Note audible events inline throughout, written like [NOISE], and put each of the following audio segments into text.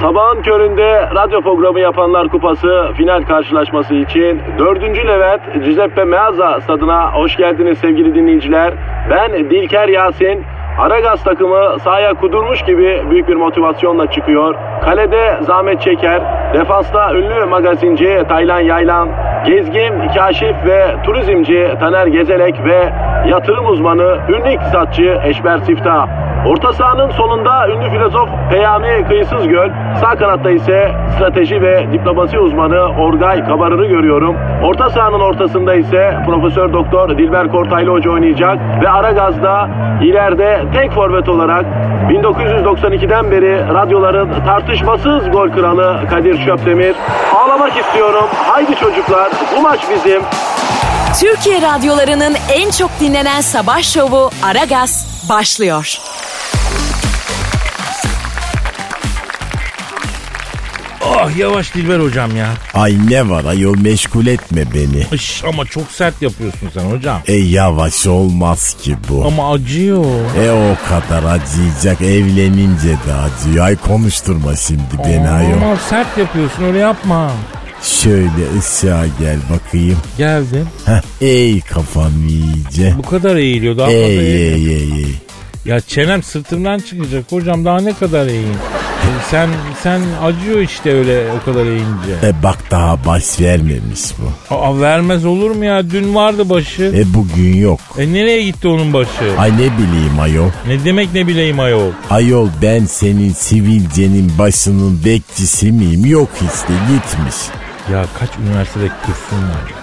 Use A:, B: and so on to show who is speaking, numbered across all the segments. A: Sabahın köründe radyo programı yapanlar kupası final karşılaşması için 4. Levent Giuseppe Meazza stadına hoş geldiniz sevgili dinleyiciler. Ben Dilker Yasin. Aragaz takımı sahaya kudurmuş gibi büyük bir motivasyonla çıkıyor. Kalede zahmet çeker. Defansta ünlü magazinci Taylan Yaylan, gezgin, kaşif ve turizmci Taner Gezelek ve yatırım uzmanı, ünlü iktisatçı Eşber Siftah. Orta sahanın solunda ünlü filozof Peyami Kıyısız Göl, sağ kanatta ise strateji ve diplomasi uzmanı Orgay Kabarır'ı görüyorum. Orta sahanın ortasında ise Profesör Doktor Dilber Kortaylı Hoca oynayacak ve Aragaz'da ileride tek forvet olarak 1992'den beri radyoların tartışmasız gol kralı Kadir Şöpdemir. Ağlamak istiyorum. Haydi çocuklar bu maç bizim.
B: Türkiye radyolarının en çok dinlenen sabah şovu Aragaz başlıyor.
C: Ah yavaş Dilber hocam ya.
D: Ay ne var ayol meşgul etme beni.
C: Iş, ama çok sert yapıyorsun sen hocam.
D: E yavaş olmaz ki bu.
C: Ama acıyor.
D: E o kadar acıyacak evlenince de acıyor. Ay konuşturma şimdi beni ayol.
C: Ama sert yapıyorsun öyle yapma.
D: Şöyle ışığa gel bakayım.
C: Geldim.
D: Heh, ey kafam iyice.
C: Bu kadar eğiliyor daha fazla
D: Ey
C: eğiliyor.
D: ey ey ey.
C: Ya çenem sırtımdan çıkacak hocam daha ne kadar eğeyim. E, Sen sen acıyor işte öyle o kadar eğince.
D: E bak daha baş vermemiş bu.
C: Aa, vermez olur mu ya dün vardı başı.
D: E bugün yok.
C: E nereye gitti onun başı?
D: Ay ne bileyim ayol.
C: Ne demek ne bileyim ayol.
D: Ayol ben senin sivilcenin başının bekçisi miyim? Yok işte gitmiş.
C: Ya kaç üniversitede kursun var ya.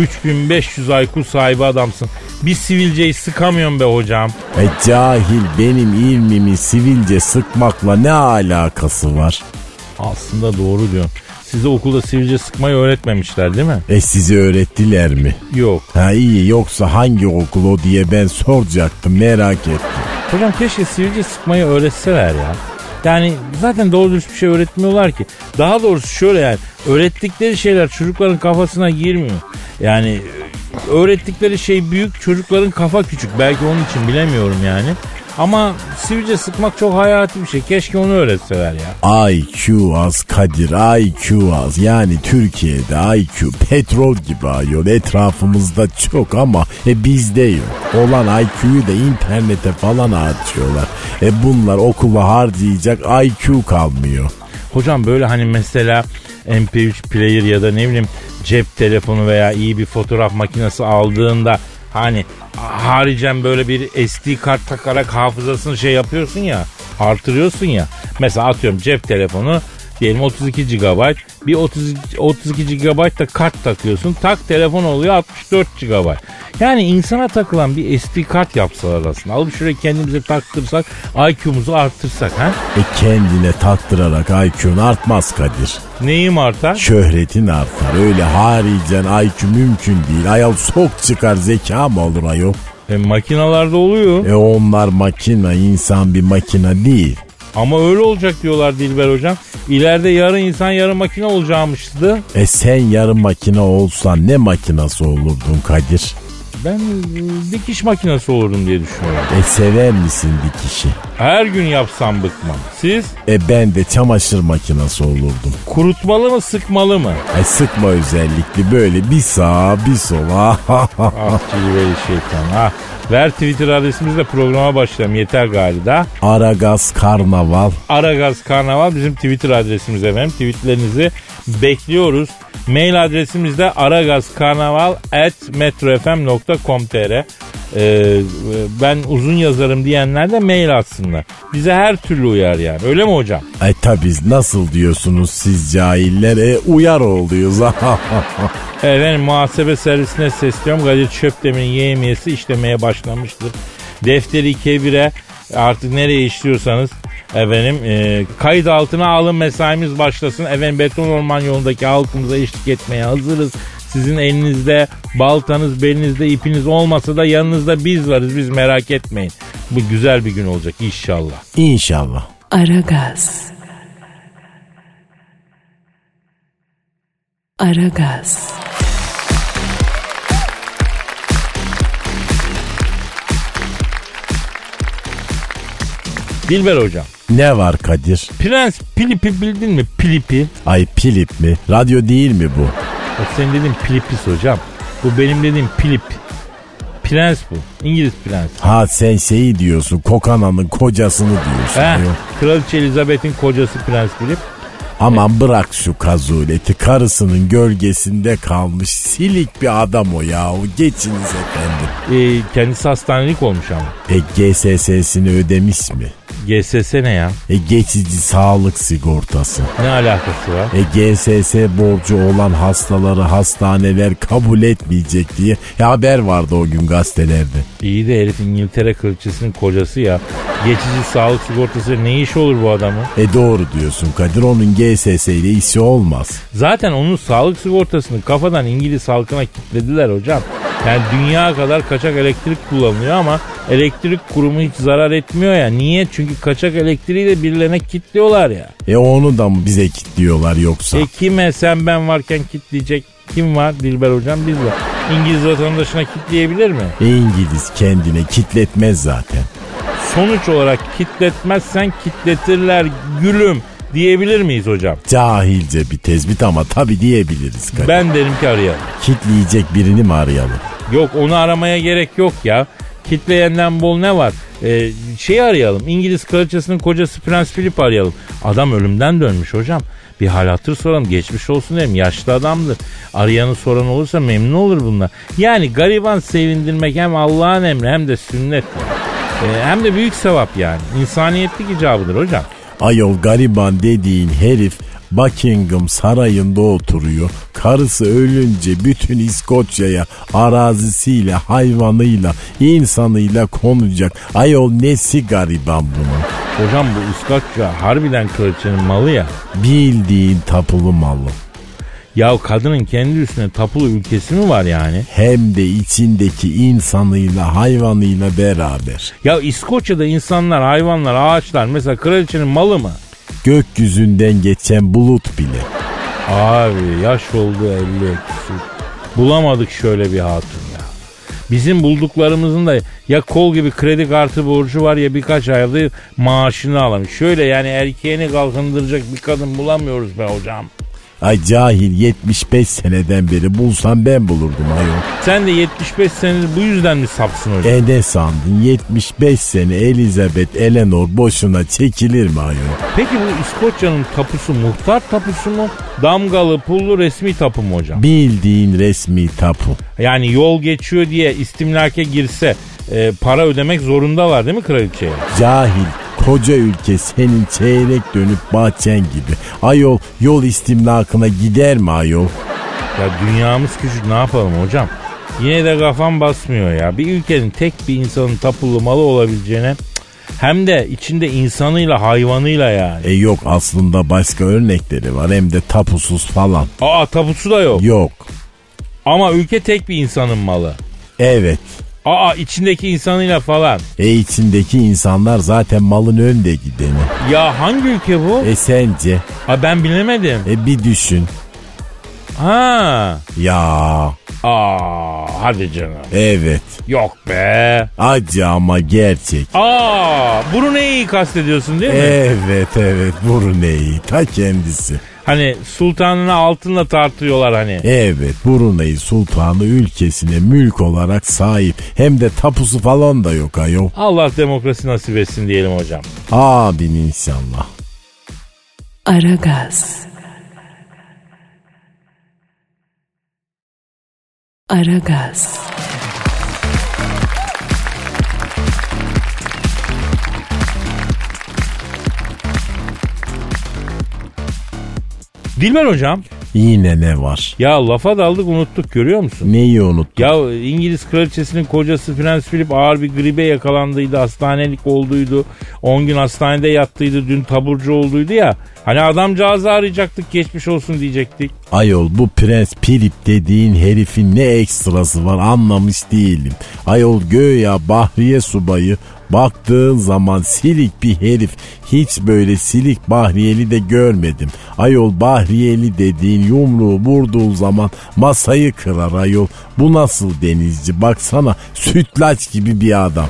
C: 3500 IQ sahibi adamsın. Bir sivilceyi sıkamıyorum be hocam.
D: E cahil benim ilmimi sivilce sıkmakla ne alakası var?
C: Aslında doğru diyorsun. Size okulda sivilce sıkmayı öğretmemişler değil mi?
D: E size öğrettiler mi?
C: Yok.
D: Ha iyi yoksa hangi okul o diye ben soracaktım merak ettim.
C: Hocam keşke sivilce sıkmayı öğretseler ya. Yani zaten doğru dürüst bir şey öğretmiyorlar ki. Daha doğrusu şöyle yani öğrettikleri şeyler çocukların kafasına girmiyor. Yani e, öğrettikleri şey büyük çocukların kafa küçük. Belki onun için bilemiyorum yani. Ama sivilce sıkmak çok hayati bir şey. Keşke onu öğretseler ya.
D: IQ az Kadir IQ az yani Türkiye'de IQ petrol gibi ayol etrafımızda çok ama e, bizde yok. Olan IQ'yu da internete falan atıyorlar. E bunlar okula harcayacak IQ kalmıyor.
C: Hocam böyle hani mesela MP3 player ya da ne bileyim cep telefonu veya iyi bir fotoğraf makinesi aldığında hani haricen böyle bir SD kart takarak hafızasını şey yapıyorsun ya artırıyorsun ya. Mesela atıyorum cep telefonu diyelim 32 GB bir 30, 32 GB da kart takıyorsun tak telefon oluyor 64 GB. Yani insana takılan bir SD kart yapsalar aslında alıp şuraya kendimize taktırsak IQ'muzu arttırsak ha
D: E kendine taktırarak IQ'un artmaz Kadir.
C: neyim artar?
D: Şöhretin artar. Öyle haricen IQ mümkün değil. Ayol sok çıkar zeka mı olur ayol?
C: E, makinalarda oluyor.
D: E onlar makina insan bir makina değil.
C: Ama öyle olacak diyorlar Dilber hocam. İleride yarı insan yarı makine olacağımıştı.
D: E sen yarı makina olsan ne makinası olurdun Kadir?
C: Ben e, dikiş makinesi olurdum diye düşünüyorum.
D: E sever misin dikişi?
C: Her gün yapsam bıkmam. Siz
D: E ben de çamaşır makinası olurdum.
C: kurutmalı mı sıkmalı mı?
D: E sıkma özellikle böyle bir sağa bir sola. [LAUGHS]
C: Ah Dilberi şeytan ah. Ver Twitter adresimizle programa başlayalım yeter galiba.
D: Aragaz karnaval.
C: Aragaz Karnaval bizim Twitter adresimiz efendim. Tweetlerinizi bekliyoruz. Mail adresimiz de aragazkarnaval.metrofm.com.tr Ee, Ben uzun yazarım diyenler de mail atsınlar. Bize her türlü uyar yani. Öyle mi hocam?
D: E tabi nasıl diyorsunuz siz cahiller? E uyar oluyoruz. [LAUGHS]
C: Efendim muhasebe servisine sesleniyorum. Kadir Çöpdemir'in yeğemiyesi işlemeye başlamıştır. Defteri kebire artık nereye işliyorsanız efendim e, kayıt altına alın mesaimiz başlasın. Efendim beton orman yolundaki halkımıza eşlik etmeye hazırız. Sizin elinizde baltanız, belinizde ipiniz olmasa da yanınızda biz varız. Biz merak etmeyin. Bu güzel bir gün olacak inşallah.
D: İnşallah.
B: Aragaz. Aragaz.
C: Dilber hocam.
D: Ne var Kadir?
C: Prens Pilip'i bildin mi? Pilip'i.
D: Ay Pilip mi? Radyo değil mi bu?
C: O senin dediğin Pilipis hocam. Bu benim dediğim Pilip. Prens bu. İngiliz prens.
D: Ha sen şeyi diyorsun. Kokana'nın kocasını diyorsun.
C: He,
D: Yok.
C: Kraliçe Elizabeth'in kocası Prens Philip.
D: Aman bırak şu kazuleti. Karısının gölgesinde kalmış silik bir adam o ya. Geçiniz efendim.
C: Ee, kendisi hastanelik olmuş ama.
D: E GSS'sini ödemiş mi?
C: GSS ne ya?
D: E geçici sağlık sigortası.
C: Ne alakası var?
D: E GSS borcu olan hastaları hastaneler kabul etmeyecek diye E, haber vardı o gün gazetelerde.
C: İyi de herif İngiltere kraliçesinin kocası ya. Geçici sağlık sigortası ne iş olur bu adamın?
D: E doğru diyorsun Kadir onun GSS ile işi olmaz.
C: Zaten onun sağlık sigortasını kafadan İngiliz halkına kilitlediler hocam. Yani dünya kadar kaçak elektrik kullanılıyor ama elektrik kurumu hiç zarar etmiyor ya. Niye? Çünkü kaçak elektriği de birilerine kilitliyorlar ya.
D: E onu da mı bize kitliyorlar yoksa?
C: E kime sen ben varken kitleyecek kim var? Dilber hocam biz var. İngiliz vatandaşına kitleyebilir mi?
D: İngiliz kendine kitletmez zaten.
C: Sonuç olarak kitletmezsen kitletirler gülüm diyebilir miyiz hocam?
D: Cahilce bir tespit ama tabi diyebiliriz Kadir.
C: Ben derim ki arayalım.
D: Kitleyecek birini mi arayalım?
C: Yok onu aramaya gerek yok ya. Kitleyenden bol ne var? Ee, şey arayalım. İngiliz kraliçesinin kocası Prens Philip arayalım. Adam ölümden dönmüş hocam. Bir hal hatır soralım. Geçmiş olsun derim. Yaşlı adamdır. Arayanı soran olursa memnun olur bunlar. Yani gariban sevindirmek hem Allah'ın emri hem de sünnet. Ee, hem de büyük sevap yani. İnsaniyetlik icabıdır hocam.
D: Ayol gariban dediğin herif Buckingham sarayında oturuyor. Karısı ölünce bütün İskoçya'ya arazisiyle, hayvanıyla, insanıyla konacak. Ayol nesi gariban bunun?
C: Hocam bu ıskakça harbiden kraliçenin malı ya.
D: Bildiğin tapulu malı.
C: Ya kadının kendi üstüne tapulu ülkesi mi var yani?
D: Hem de içindeki insanıyla, hayvanıyla beraber.
C: Ya İskoçya'da insanlar, hayvanlar, ağaçlar mesela kraliçenin malı mı?
D: Gökyüzünden geçen bulut bile.
C: Abi yaş oldu 50 küsur. Bulamadık şöyle bir hatun ya. Bizim bulduklarımızın da ya kol gibi kredi kartı borcu var ya birkaç ayda maaşını alamış. Şöyle yani erkeğini kalkındıracak bir kadın bulamıyoruz be hocam.
D: Ay cahil 75 seneden beri bulsam ben bulurdum ayol.
C: Sen de 75 senedir bu yüzden mi sapsın hocam?
D: E ne sandın 75 sene Elizabeth Eleanor boşuna çekilir mi ayol?
C: Peki bu İskoçya'nın tapusu muhtar tapusu mu? Damgalı, pullu, resmi tapu mu hocam?
D: Bildiğin resmi tapu.
C: Yani yol geçiyor diye istimlake girse e, para ödemek zorundalar değil mi kraliçeye?
D: Cahil koca ülke senin çeyrek dönüp bahçen gibi. Ayol yol istimlakına gider mi ayol?
C: Ya dünyamız küçük ne yapalım hocam? Yine de kafam basmıyor ya. Bir ülkenin tek bir insanın tapulu malı olabileceğine cık, hem de içinde insanıyla hayvanıyla yani.
D: E yok aslında başka örnekleri var hem de tapusuz falan.
C: Aa tapusu da yok.
D: Yok.
C: Ama ülke tek bir insanın malı.
D: Evet.
C: Aa içindeki insanıyla falan.
D: E içindeki insanlar zaten malın önde gideni.
C: Ya hangi ülke bu?
D: E sence?
C: Aa, ben bilemedim.
D: E bir düşün.
C: Ha.
D: Ya
C: Aa hadi canım.
D: evet.
C: Yok be.
D: Acı ama gerçek.
C: Aa, Brunei'yi kastediyorsun değil mi?
D: Ee, Evet evet Brunei ta kendisi.
C: Hani sultanına altınla tartıyorlar hani.
D: Evet Brunei sultanı ülkesine mülk olarak sahip. Hem de tapusu falan da yok ayol.
C: Allah demokrasi nasip etsin diyelim hocam.
D: Abin inşallah.
B: Aragaz. Aragaz.
C: Dilber hocam.
D: Yine ne var?
C: Ya lafa daldık unuttuk görüyor musun?
D: Neyi unuttum?
C: Ya İngiliz kraliçesinin kocası Prens Philip ağır bir gribe yakalandıydı. Hastanelik olduydu. 10 gün hastanede yattıydı. Dün taburcu olduydu ya. Hani adamcağızı arayacaktık geçmiş olsun diyecektik.
D: Ayol bu Prens Philip dediğin herifin ne ekstrası var anlamış değilim. Ayol göya Bahriye subayı baktığın zaman silik bir herif. Hiç böyle silik Bahriyeli de görmedim. Ayol Bahriyeli dediğin yumruğu vurduğun zaman masayı kırar ayol. Bu nasıl denizci baksana sütlaç gibi bir adam.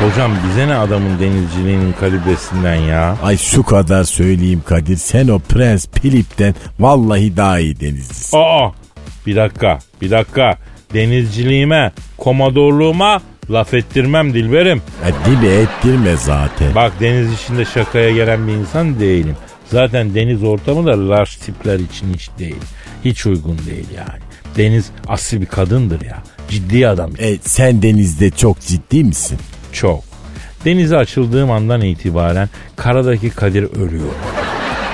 C: Hocam bize ne adamın denizciliğinin kalibresinden ya?
D: Ay şu kadar söyleyeyim Kadir sen o Prens Philip'ten vallahi daha iyi denizcisin.
C: Aa bir dakika bir dakika denizciliğime komodorluğuma laf ettirmem Dilberim.
D: E, dibe ettirme zaten.
C: Bak deniz işinde şakaya gelen bir insan değilim. Zaten deniz ortamı da large tipler için hiç değil. Hiç uygun değil yani. Deniz asli bir kadındır ya. Ciddi adam
D: E, sen denizde çok ciddi misin?
C: çok. Denize açıldığım andan itibaren karadaki Kadir ölüyor.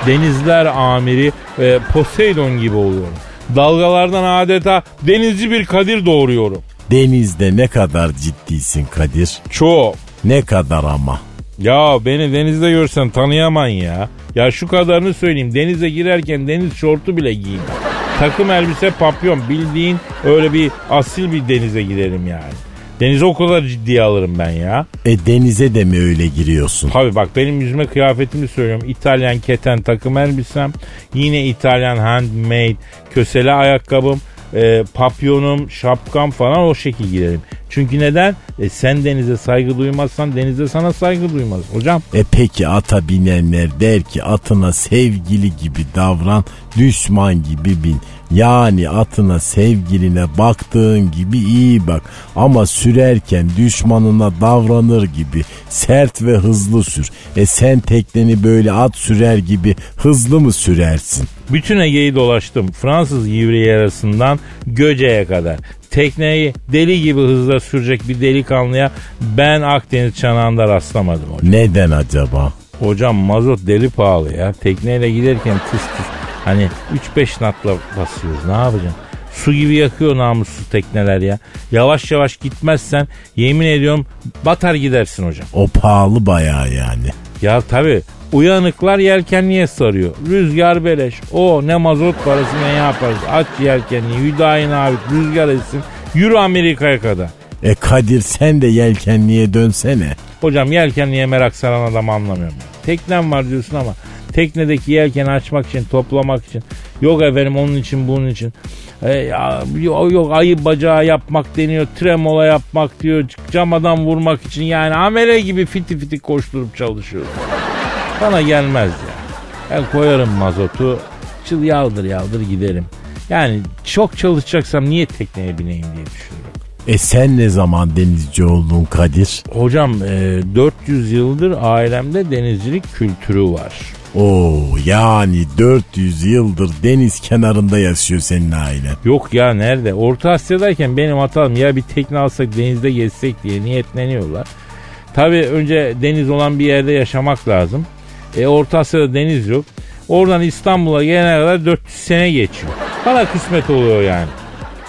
C: Denizler amiri e, Poseidon gibi oluyorum. Dalgalardan adeta denizci bir Kadir doğuruyorum.
D: Denizde ne kadar ciddisin Kadir?
C: Çok.
D: Ne kadar ama?
C: Ya beni denizde görsen tanıyaman ya. Ya şu kadarını söyleyeyim. Denize girerken deniz şortu bile giydim. Takım elbise papyon bildiğin öyle bir asil bir denize girerim yani. Denize o kadar ciddiye alırım ben ya.
D: E denize de mi öyle giriyorsun?
C: Tabii bak benim yüzüme kıyafetimi söylüyorum. İtalyan keten takım elbisem. Yine İtalyan handmade kösele ayakkabım. e, papyonum, şapkam falan o şekil girerim. Çünkü neden? E, sen denize saygı duymazsan deniz de sana saygı duymaz. Hocam
D: E peki ata binenler der ki atına sevgili gibi davran, düşman gibi bin. Yani atına sevgiline baktığın gibi iyi bak ama sürerken düşmanına davranır gibi sert ve hızlı sür. E sen tekneni böyle at sürer gibi hızlı mı sürersin?
C: Bütün Ege'yi dolaştım. Fransız Rivyerası'ndan Göce'ye kadar. Tekneyi deli gibi hızla sürecek bir delikanlıya ben Akdeniz çanağında rastlamadım hocam.
D: Neden acaba?
C: Hocam mazot deli pahalı ya. Tekneyle giderken tıs tıs hani 3-5 natla basıyoruz ne yapacaksın? Su gibi yakıyor namussuz tekneler ya. Yavaş yavaş gitmezsen yemin ediyorum batar gidersin hocam.
D: O pahalı bayağı yani.
C: Ya tabi uyanıklar yelkenliye sarıyor. Rüzgar beleş. O ne mazot parası ne yaparız. Aç yelkenliği Hüdayin abi rüzgar etsin. Yürü Amerika'ya kadar.
D: E Kadir sen de yelkenliğe dönsene.
C: Hocam yelkenliğe merak saran adam anlamıyorum. ya. Teknem var diyorsun ama teknedeki yelkeni açmak için toplamak için yok efendim onun için bunun için E, ya, yok, yok ayı bacağı yapmak deniyor tremola yapmak diyor camadan vurmak için yani amele gibi fiti fiti koşturup çalışıyor. Bana gelmez ya. Ben koyarım mazotu çıl yaldır yaldır giderim. Yani çok çalışacaksam niye tekneye bineyim diye düşünüyorum.
D: E sen ne zaman denizci oldun Kadir?
C: Hocam e, 400 yıldır ailemde denizcilik kültürü var.
D: Oo yani 400 yıldır deniz kenarında yaşıyor senin ailen.
C: Yok ya nerede? Orta Asya'dayken benim hatam ya bir tekne alsak denizde gezsek diye niyetleniyorlar. Tabii önce deniz olan bir yerde yaşamak lazım. E, Orta Asya'da deniz yok. Oradan İstanbul'a gelene kadar 400 sene geçiyor. Bana kısmet oluyor yani.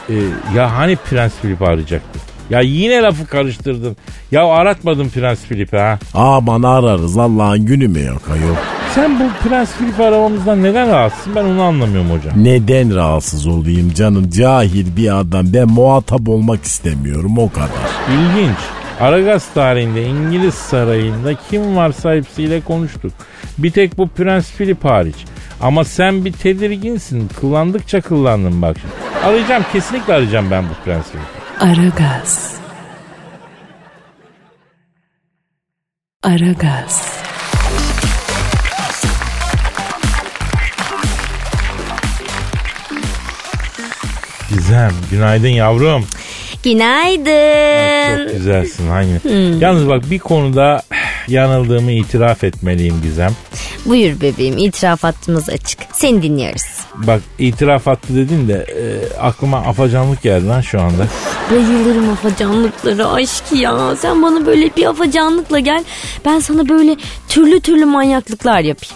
C: E, ya hani Prens Philip arayacaktı? Ya yine lafı karıştırdın. Ya aratmadın Prens Philip'i ha.
D: Aman ararız Allah'ın günü mü yok ayol?
C: Sen bu Prens Philip aramamızdan neden rahatsın ben onu anlamıyorum hocam.
D: Neden rahatsız olayım canım cahil bir adam ben muhatap olmak istemiyorum o kadar.
C: İlginç. Aragaz tarihinde İngiliz sarayında kim varsa hepsiyle konuştuk. Bir tek bu Prens Philip hariç. Ama sen bir tedirginsin. Kıllandıkça kıllandın bak. şimdi. Arayacağım kesinlikle arayacağım ben bu Prens Philip'i.
B: Aragaz. Aragaz.
C: Gizem günaydın yavrum.
E: Günaydın.
C: Çok güzelsin aynı. Yalnız bak bir konuda yanıldığımı itiraf etmeliyim Gizem.
E: Buyur bebeğim itiraf hattımız açık. Seni dinliyoruz.
C: Bak itiraf attı dedin de e, aklıma afacanlık geldi lan şu anda.
E: Bayılırım afacanlıklara aşk ya. Sen bana böyle bir afacanlıkla gel. Ben sana böyle türlü türlü manyaklıklar yapayım.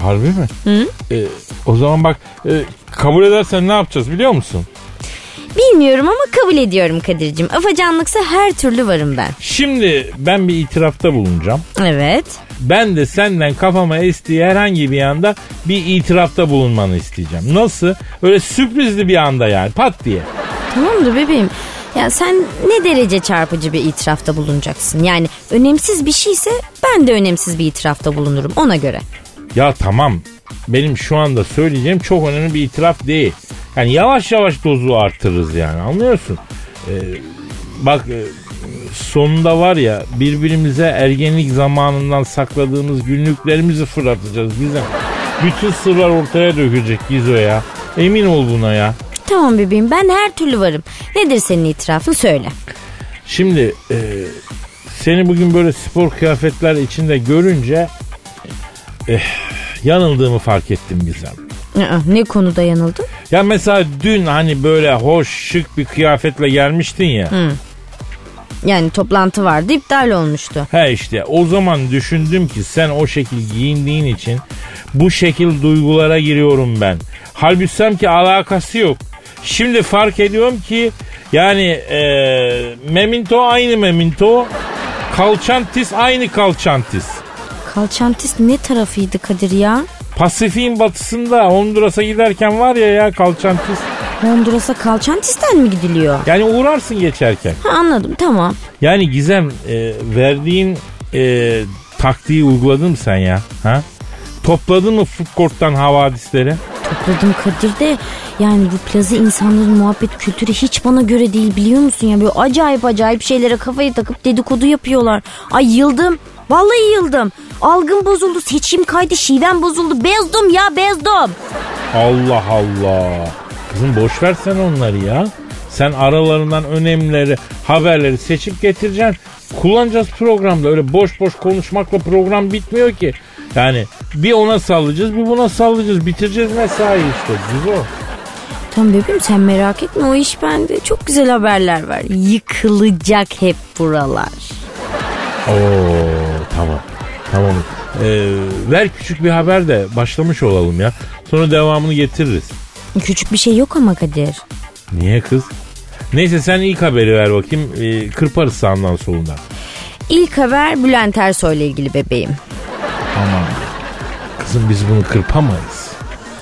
C: Harbi mi? E, o zaman bak e, kabul edersen ne yapacağız biliyor musun?
E: Bilmiyorum ama kabul ediyorum Kadir'cim. Afacanlıksa her türlü varım ben.
C: Şimdi ben bir itirafta bulunacağım.
E: Evet.
C: Ben de senden kafama estiği herhangi bir anda bir itirafta bulunmanı isteyeceğim. Nasıl? Öyle sürprizli bir anda yani pat diye.
E: Tamamdır bebeğim. Ya sen ne derece çarpıcı bir itirafta bulunacaksın? Yani önemsiz bir şeyse ben de önemsiz bir itirafta bulunurum ona göre.
C: Ya tamam benim şu anda söyleyeceğim çok önemli bir itiraf değil. Yani yavaş yavaş dozu artırırız yani anlıyorsun. Ee, bak e, Sonunda var ya birbirimize ergenlik zamanından sakladığımız günlüklerimizi fırlatacağız Gizem. Bütün sırlar ortaya dökecek Gizo ya. Emin ol buna ya.
E: Tamam bebeğim ben her türlü varım. Nedir senin itirafın söyle.
C: Şimdi e, seni bugün böyle spor kıyafetler içinde görünce eh, yanıldığımı fark ettim Gizem.
E: Aa, Ne konuda yanıldın?
C: Ya mesela dün hani böyle hoş şık bir kıyafetle gelmiştin ya.
E: Yani toplantı vardı iptal olmuştu.
C: He işte o zaman düşündüm ki sen o şekil giyindiğin için bu şekil duygulara giriyorum ben. Halbuki ki alakası yok. Şimdi fark ediyorum ki yani e, memento aynı memento. Kalçantis aynı kalçantis.
E: Kalçantis ne tarafıydı Kadir ya?
C: Pasifik'in batısında Honduras'a giderken var ya ya kalçantis.
E: Honduras'a Kalçantis'ten mi gidiliyor?
C: Yani uğrarsın geçerken.
E: Ha, anladım tamam.
C: Yani Gizem e, verdiğin e, taktiği uyguladın mı sen ya? Ha? Topladın mı food court'tan havadisleri?
E: Topladım Kadir de yani bu plaza insanların muhabbet kültürü hiç bana göre değil biliyor musun ya? Böyle acayip acayip şeylere kafayı takıp dedikodu yapıyorlar. Ay yıldım. Vallahi yıldım. Algım bozuldu, seçim kaydı, şivem bozuldu. Bezdim ya bezdim.
C: Allah Allah. Kızım boş ver sen onları ya. Sen aralarından önemleri, haberleri seçip getireceksin. Kullanacağız programda. Öyle boş boş konuşmakla program bitmiyor ki. Yani bir ona sallayacağız, bir buna sallayacağız. Bitireceğiz mesai işte. Güzel.
E: Tamam bebeğim sen merak etme o iş bende. Çok güzel haberler var. Yıkılacak hep buralar.
C: Oo tamam. Tamam. Ee, ver küçük bir haber de başlamış olalım ya. Sonra devamını getiririz.
E: Küçük bir şey yok ama Kadir.
C: Niye kız? Neyse sen ilk haberi ver bakayım. Ee, kırparız sağından solundan.
E: İlk haber Bülent Ersoy ile ilgili bebeğim.
C: Aman. Kızım biz bunu kırpamayız.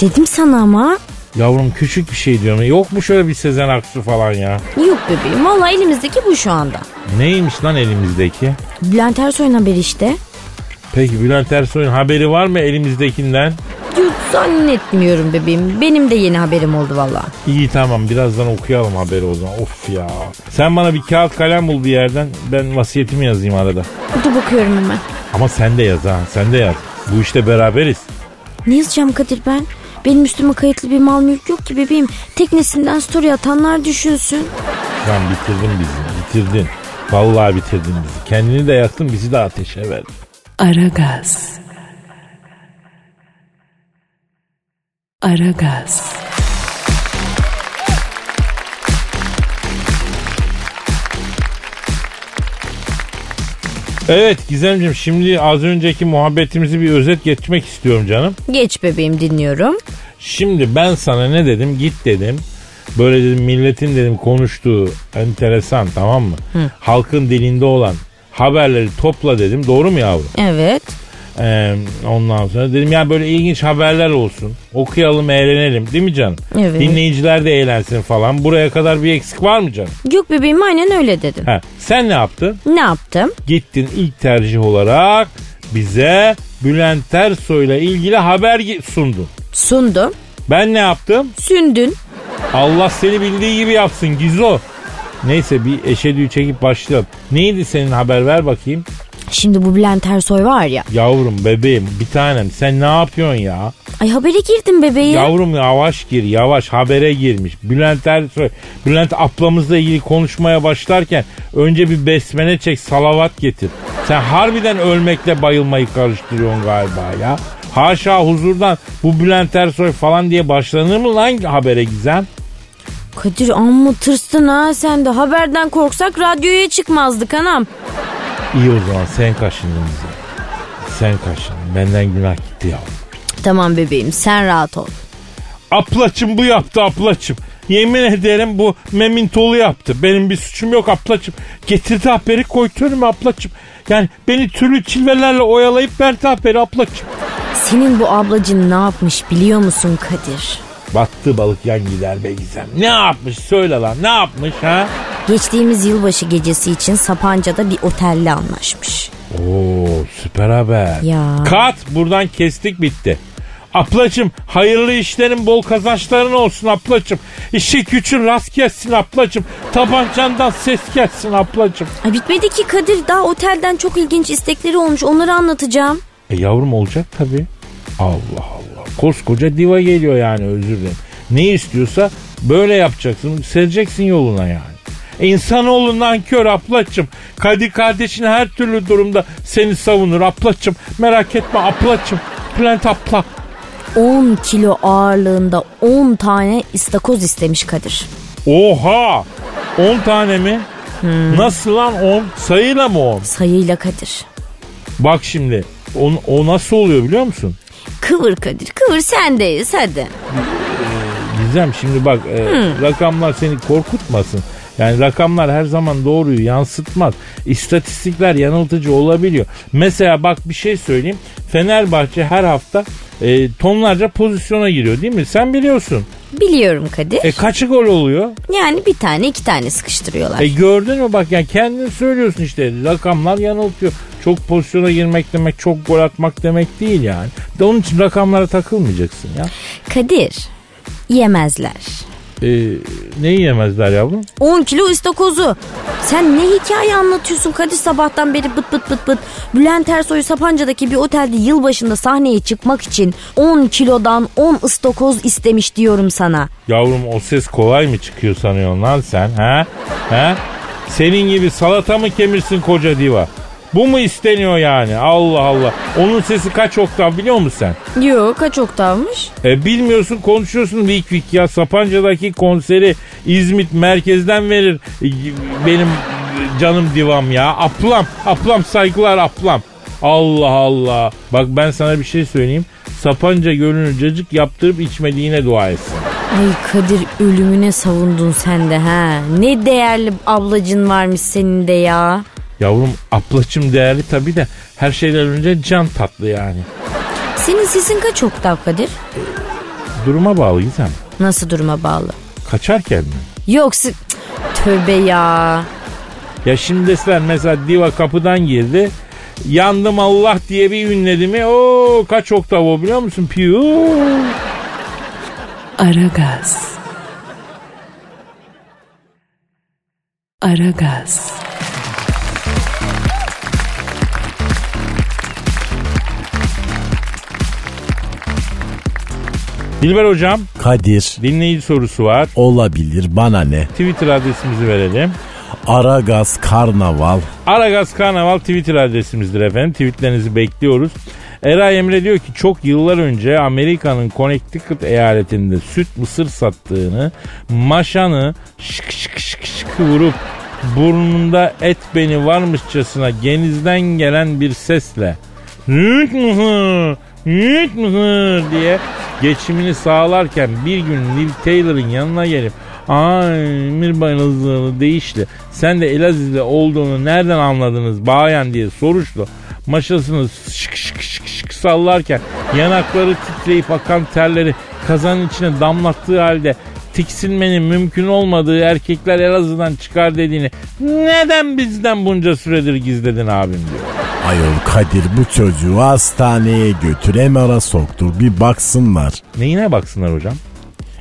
E: Dedim sana ama.
C: Yavrum küçük bir şey diyorum. Yok mu şöyle bir Sezen Aksu falan ya?
E: Yok bebeğim valla elimizdeki bu şu anda.
C: Neymiş lan elimizdeki?
E: Bülent Ersoy'un haberi işte.
C: Peki Bülent Ersoy'un haberi var mı elimizdekinden?
E: Yok zannetmiyorum bebeğim. Benim de yeni haberim oldu valla.
C: İyi tamam birazdan okuyalım haberi o zaman. Of ya. Sen bana bir kağıt kalem bul bir yerden. Ben vasiyetimi yazayım arada.
E: Dur bakıyorum hemen.
C: Ama sen de yaz ha sen de yaz. Bu işte beraberiz.
E: Ne yazacağım Kadir ben? Benim üstüme kayıtlı bir mal mülk yok ki bebeğim. Teknesinden story atanlar düşünsün.
C: Lan bitirdin bizi bitirdin. Vallahi bitirdin bizi. Kendini de yaktın bizi de ateşe verdin.
F: Aragaz. Aragaz.
C: Evet Gizemciğim şimdi az önceki muhabbetimizi bir özet geçmek istiyorum canım.
E: Geç bebeğim dinliyorum.
C: Şimdi ben sana ne dedim git dedim. Böyle dedim milletin dedim konuştuğu enteresan tamam mı? Halkın dilinde olan haberleri topla dedim. Doğru mu yavrum?
E: Evet.
C: Ee, ondan sonra dedim ya böyle ilginç haberler olsun. Okuyalım, eğlenelim değil mi canım?
E: Evet.
C: Dinleyiciler de eğlensin falan. Buraya kadar bir eksik var mı canım?
E: Yok bebeğim aynen öyle dedim.
C: Ha, sen ne yaptın?
E: Ne yaptım?
C: Gittin ilk tercih olarak bize Bülent Ersoy'la ilgili haber gi- sundun.
E: Sundum.
C: Ben ne yaptım?
E: Sündün.
C: Allah seni bildiği gibi yapsın Gizo. Neyse bir eşedüğü çekip başlayalım. Neydi senin haber ver bakayım.
E: Şimdi bu Bülent Ersoy var ya.
C: Yavrum bebeğim bir tanem sen ne yapıyorsun ya?
E: Ay habere girdim bebeğim.
C: Yavrum yavaş gir yavaş habere girmiş. Bülent Ersoy, Bülent ablamızla ilgili konuşmaya başlarken önce bir besmele çek salavat getir. Sen harbiden ölmekle bayılmayı karıştırıyorsun galiba ya. Haşa huzurdan bu Bülent Ersoy falan diye başlanır mı lan habere gizem?
E: Kadir amma tırstın ha sen de. Haberden korksak radyoya çıkmazdık anam.
C: İyi o zaman sen kaşındın bize. Sen kaşındın. Benden günah gitti ya.
E: Tamam bebeğim sen rahat ol.
C: Aplaçım bu yaptı aplaçım. Yemin ederim bu memintolu yaptı. Benim bir suçum yok aplaçım. Getirdi haberi koydu önüme aplaçım. Yani beni türlü çilvelerle oyalayıp verdi haberi aplaçım.
E: Senin bu ablacın ne yapmış biliyor musun Kadir?
C: Battı balık yan gider be Gizem. Ne yapmış söyle lan ne yapmış ha?
E: Geçtiğimiz yılbaşı gecesi için Sapanca'da bir otelle anlaşmış.
C: Oo süper haber.
E: Ya.
C: Kat buradan kestik bitti. Ablacım hayırlı işlerin bol kazançların olsun ablacım. İşi gücün rast gelsin ablacım. Tabancandan ses gelsin ablacım.
E: Ay bitmedi ki Kadir daha otelden çok ilginç istekleri olmuş onları anlatacağım.
C: E yavrum olacak tabii. Allah Allah. Koskoca diva geliyor yani özür dilerim. Ne istiyorsa böyle yapacaksın. Sereceksin yoluna yani. İnsanoğlu nankör ablacım. Kadir kardeşin her türlü durumda seni savunur ablacım. Merak etme ablacım. Plant abla.
E: 10 kilo ağırlığında 10 tane istakoz istemiş Kadir.
C: Oha! 10 tane mi? Nasıl lan 10? Sayıyla mı 10?
E: Sayıyla Kadir.
C: Bak şimdi o, o nasıl oluyor biliyor musun?
E: Kıvır Kadir kıvır sendeyiz hadi.
C: Gizem şimdi bak e, rakamlar seni korkutmasın. Yani rakamlar her zaman doğruyu yansıtmaz. İstatistikler yanıltıcı olabiliyor. Mesela bak bir şey söyleyeyim. Fenerbahçe her hafta e, tonlarca pozisyona giriyor değil mi? Sen biliyorsun.
E: Biliyorum Kadir.
C: E kaçı gol oluyor?
E: Yani bir tane iki tane sıkıştırıyorlar.
C: E gördün mü bak yani kendin söylüyorsun işte rakamlar yanıltıyor. Çok pozisyona girmek demek çok gol atmak demek değil yani. De onun için rakamlara takılmayacaksın ya.
E: Kadir yemezler.
C: E, neyi yemezler yavrum?
E: 10 kilo istakozu. Sen ne hikaye anlatıyorsun Kadir sabahtan beri bıt bıt bıt bıt. Bülent Ersoy Sapanca'daki bir otelde yılbaşında sahneye çıkmak için 10 kilodan 10 istakoz istemiş diyorum sana.
C: Yavrum o ses kolay mı çıkıyor sanıyorsun lan sen ha? Ha? Senin gibi salata mı kemirsin koca diva? Bu mu isteniyor yani? Allah Allah. Onun sesi kaç oktav biliyor musun sen?
E: Yok kaç oktavmış?
C: E bilmiyorsun konuşuyorsun vik vik ya. Sapanca'daki konseri İzmit merkezden verir E, benim canım divam ya. Aplam, aplam saygılar aplam. Allah Allah. Bak ben sana bir şey söyleyeyim. Sapanca gölünü cacık yaptırıp içmediğine dua etsin.
E: Ay Kadir ölümüne savundun sen de ha. Ne değerli ablacın varmış senin de ya.
C: Yavrum ablacım değerli tabii de her şeyden önce can tatlı yani.
E: Senin sesin kaç oktav Kadir?
C: Duruma bağlı Gizem.
E: Nasıl duruma bağlı?
C: Kaçarken mi?
E: Yoksa Cık, tövbe ya.
C: Ya şimdi deseler mesela diva kapıdan girdi. Yandım Allah diye bir ünledi mi? Oo kaç oktav o biliyor musun? Piyu.
F: Aragaz. Aragaz.
C: Dilber hocam
D: Kadir
C: dinleyici sorusu var.
D: olabilir bana ne?
C: Twitter adresimizi verelim.
D: Aragaz karnaval
C: Aragaz Karnaval Twitter adresimizdir efendim. Tweetlerinizi bekliyoruz. Eray Emre diyor ki çok yıllar önce Amerika'nın Connecticut eyaletinde süt mısır sattığını, maşanı şık şık şık şık vurup burnunda et beni varmışçasına genizden gelen bir sesle Süt mısır, süt mısır diye geçimini sağlarken bir gün Liv Taylor'ın yanına gelip Ay Emir Bayılızlı değişti. Sen de Elaziz'de olduğunu nereden anladınız bayan diye soruştu. Maşasını şık şık şık şık sallarken yanakları titreyip akan terleri kazanın içine damlattığı halde tiksinmenin mümkün olmadığı erkekler Elazığ'dan çıkar dediğini neden bizden bunca süredir gizledin abim diyor.
D: Ayol Kadir bu çocuğu hastaneye götür MR'a soktur bir baksınlar.
C: Neyine baksınlar hocam?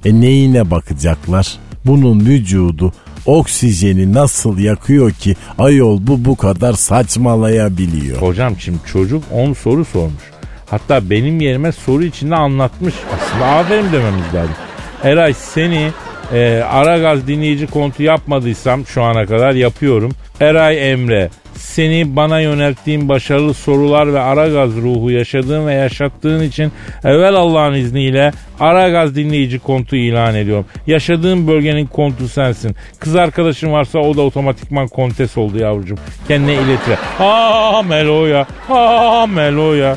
D: E neyine bakacaklar? Bunun vücudu oksijeni nasıl yakıyor ki ayol bu bu kadar saçmalayabiliyor.
C: Hocam şimdi çocuk 10 soru sormuş. Hatta benim yerime soru içinde anlatmış. Aslında aferin dememiz lazım. Eray seni e, Aragaz dinleyici kontu yapmadıysam şu ana kadar yapıyorum. Eray Emre seni bana yönelttiğin başarılı sorular ve Aragaz ruhu yaşadığın ve yaşattığın için evvel Allah'ın izniyle Aragaz dinleyici kontu ilan ediyorum. Yaşadığın bölgenin kontu sensin. Kız arkadaşın varsa o da otomatikman kontes oldu yavrucuğum. Kendine iletir. Ha Melo ya. Ha Melo ya.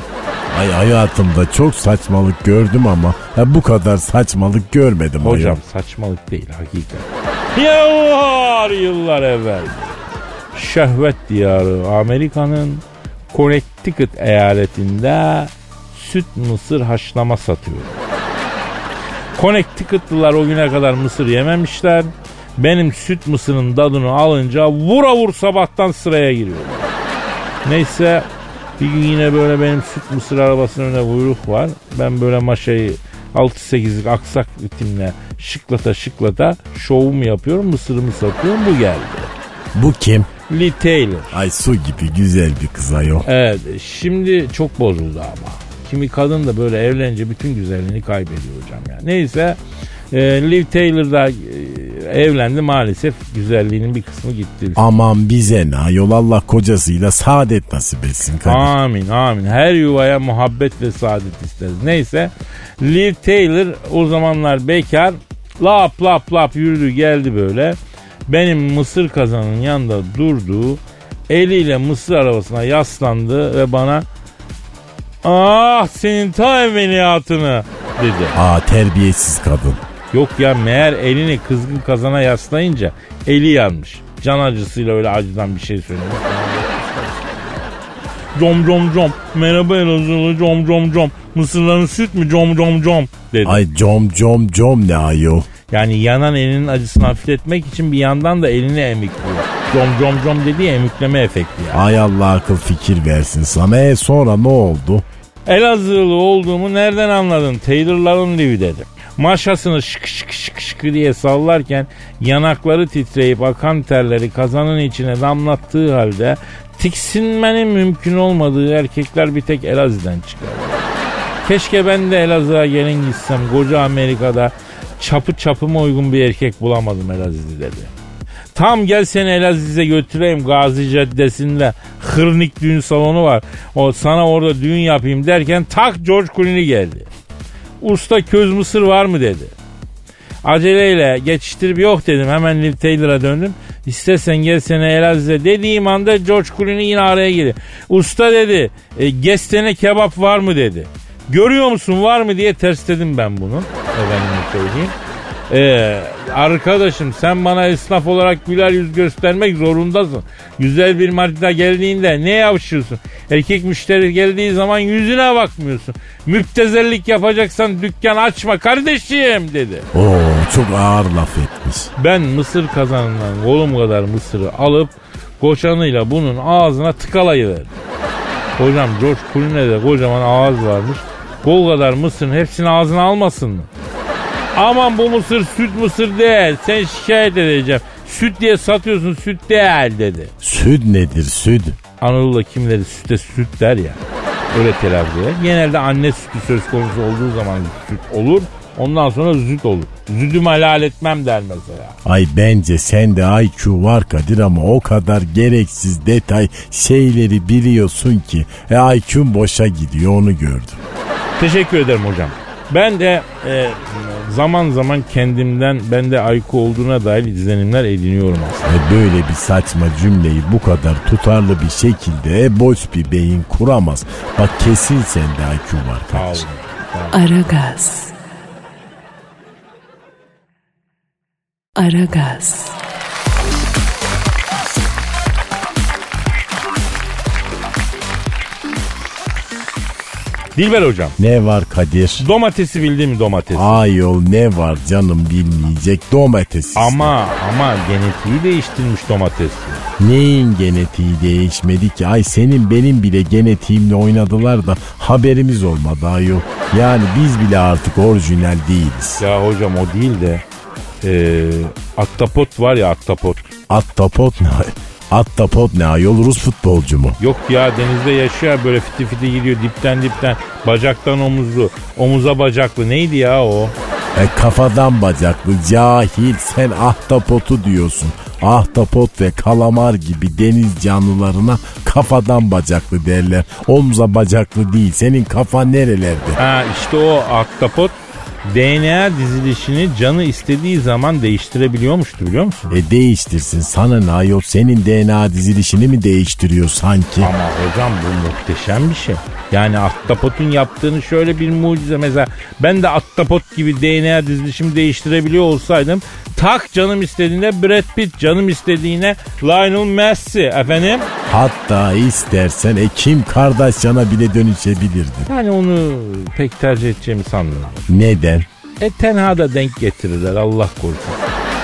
D: Ay hayatımda çok saçmalık gördüm ama ya bu kadar saçmalık görmedim ayol.
C: Hocam saçmalık değil hakikat. Yıllar yıllar evvel. Şehvet diyarı Amerika'nın Connecticut eyaletinde süt mısır haşlama satıyor. Connecticutlular o güne kadar mısır yememişler. Benim süt mısırın dadını alınca vura vur sabahtan sıraya giriyor. Neyse Bir gün yine böyle benim süt mısır arabasının önünde buyruk var. Ben böyle maşayı 6-8'lik aksak ritimle şıklata şıklata şovumu yapıyorum mısırımı satıyorum bu geldi.
D: Bu kim?
C: Lee Taylor.
D: Ay su gibi güzel bir kız ayol.
C: Evet şimdi çok bozuldu ama. Kimi kadın da böyle evlenince bütün güzelliğini kaybediyor hocam yani. Neyse e, Liv Taylor da e, evlendi maalesef güzelliğinin bir kısmı gitti.
D: Aman bize ne ayol Allah kocasıyla saadet nasip etsin Kadir.
C: Amin amin. Her yuvaya muhabbet ve saadet isteriz. Neyse Liv Taylor o zamanlar bekar. Lap lap lap yürüdü geldi böyle. Benim mısır kazanın yanında durdu. Eliyle mısır arabasına yaslandı ve bana Ah senin ta evveliyatını dedi.
D: Aa terbiyesiz kadın.
C: Yok ya meğer elini kızgın kazana yaslayınca eli yanmış. Can acısıyla öyle acıdan bir şey söylüyor. com com com. Merhaba Elazığlı com com com. Mısırların süt mü com com com dedi.
D: Ay com com com ne ayol.
C: Yani yanan elinin acısını hafifletmek için bir yandan da elini emikliyor. Com com com dedi ya emikleme efekti yani.
D: Ay Allah akıl fikir versin sana. E sonra ne oldu?
C: Elazığlı olduğumu nereden anladın? Taylor'ların livi dedim. Maşasını şık şık şık şık diye sallarken yanakları titreyip akan terleri kazanın içine damlattığı halde tiksinmenin mümkün olmadığı erkekler bir tek Elazığ'dan çıkar. Keşke ben de Elazığ'a gelin gitsem koca Amerika'da çapı çapıma uygun bir erkek bulamadım Elazığ'da dedi. Tam gel seni Elaziz'e götüreyim Gazi Caddesi'nde Hırnik düğün salonu var. O sana orada düğün yapayım derken tak George Clooney geldi. Usta köz mısır var mı dedi. Aceleyle geçiştirip yok dedim. Hemen Liv Taylor'a döndüm. İstersen gel seni Elaziz'e dediğim anda George Clooney yine araya girdi. Usta dedi e, gestene kebap var mı dedi. Görüyor musun var mı diye tersledim ben bunu. Efendim söyleyeyim. Ee, arkadaşım sen bana esnaf olarak güler yüz göstermek zorundasın. Güzel bir markete geldiğinde ne yapışıyorsun? Erkek müşteri geldiği zaman yüzüne bakmıyorsun. Müptezellik yapacaksan dükkan açma kardeşim dedi.
D: Oo çok ağır laf etmiş.
C: Ben mısır kazanından kolum kadar mısırı alıp koşanıyla bunun ağzına tıkalayıverdim. Hocam George Clooney'de kocaman ağız varmış. Kol kadar mısırın hepsini ağzına almasın mı? Aman bu mısır süt mısır değil. Sen şikayet edeceğim. Süt diye satıyorsun süt değil dedi.
D: Süt nedir süt?
C: Anadolu'da kimileri süte süt der ya. Öyle telaffuz eder. Genelde anne sütü söz konusu olduğu zaman süt olur. Ondan sonra züt olur. Züdüm helal etmem der mesela.
D: Ay bence sende IQ var Kadir ama o kadar gereksiz detay şeyleri biliyorsun ki e, IQ boşa gidiyor onu gördüm.
C: Teşekkür ederim hocam. Ben de e, zaman zaman kendimden bende ayku olduğuna dair izlenimler ediniyorum aslında.
D: E, böyle bir saçma cümleyi bu kadar tutarlı bir şekilde e, boş bir beyin kuramaz. Bak kesin sende IQ var
C: Sağ
D: Kadir.
C: olun.
F: Aragaz. Aragaz.
C: Dilber hocam.
D: Ne var Kadir?
C: Domatesi bildi mi domatesi?
D: Ayol ne var canım bilmeyecek domates. işte.
C: Ama ama genetiği değiştirmiş domatesi.
D: Neyin genetiği değişmedi ki? Ay senin benim bile genetiğimle oynadılar da haberimiz olmadı ayol. Yani biz bile artık orijinal değiliz.
C: Ya hocam o değil de e, aktapot var ya aktapot.
D: Ahtapot ne? Ahtapot ne ayol Rus futbolcu mu?
C: Yok ya denizde yaşıyor böyle fiti fiti gidiyor dipten dipten bacaktan omuzlu omuza bacaklı neydi ya o?
D: E, kafadan bacaklı cahil sen ahtapotu diyorsun. Ahtapot ve kalamar gibi deniz canlılarına kafadan bacaklı derler. Omza bacaklı değil senin kafa nerelerde?
C: Ha işte o aktapot DNA dizilişini canı istediği zaman değiştirebiliyormuştu biliyor musun?
D: E değiştirsin sana ne ayol senin DNA dizilişini mi değiştiriyor sanki?
C: Ama hocam bu muhteşem bir şey. Yani ahtapotun yaptığını şöyle bir mucize mesela ben de ahtapot gibi DNA dizilişimi değiştirebiliyor olsaydım tak canım istediğine Brad Pitt canım istediğine Lionel Messi efendim.
D: Hatta istersen e Kim Kardashian'a bile dönüşebilirdin.
C: Yani onu pek tercih edeceğimi sanmıyorum.
D: Neden?
C: E tenha da denk getirirler Allah korusun.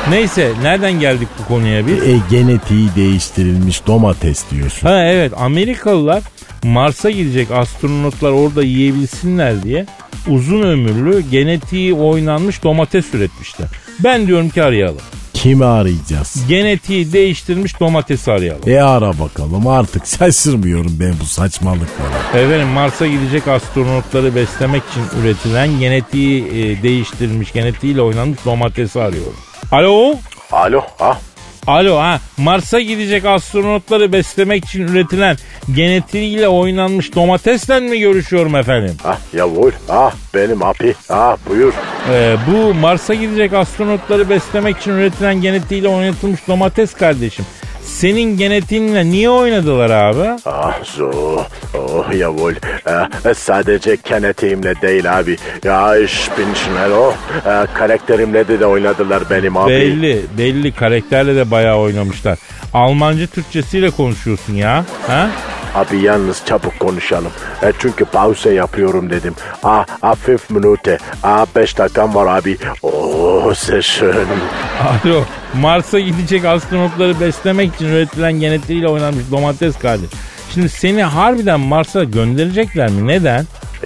C: Neyse nereden geldik bu konuya bir?
D: E genetiği değiştirilmiş domates diyorsun.
C: Ha evet Amerikalılar Mars'a gidecek astronotlar orada yiyebilsinler diye uzun ömürlü genetiği oynanmış domates üretmişler. Ben diyorum ki arayalım.
G: Kimi arayacağız?
C: Genetiği değiştirmiş domatesi arayalım.
G: E ara bakalım artık şaşırmıyorum ben bu saçmalıklara.
C: Efendim Mars'a gidecek astronotları beslemek için üretilen genetiği e, değiştirilmiş, genetiğiyle oynanmış domatesi arıyorum. Alo?
D: Alo. Ah, Ha?
C: Alo ha Mars'a gidecek astronotları beslemek için üretilen genetiğiyle oynanmış domatesle mi görüşüyorum efendim?
D: Ha ah, yavul. Ha benim abi. Ha buyur.
C: Ee, bu Mars'a gidecek astronotları beslemek için üretilen genetiğiyle oynatılmış domates kardeşim. Senin genetiğinle niye oynadılar abi?
D: Ah zo. Oh yavul. Eh, sadece genetiğimle değil abi. Ya iş bin şunlar o. Eh, karakterimle de, de oynadılar benim abi.
C: Belli, belli karakterle de bayağı oynamışlar. Almancı Türkçesiyle konuşuyorsun ya. Ha?
D: Abi yalnız çabuk konuşalım. E, çünkü pause yapıyorum dedim. Ah, hafif minute. Ah, beş dakikam var abi. Oo, session.
C: Alo, Mars'a gidecek astronotları beslemek için üretilen genetiğiyle oynanmış domates kardeş. Şimdi seni harbiden Mars'a gönderecekler mi? Neden?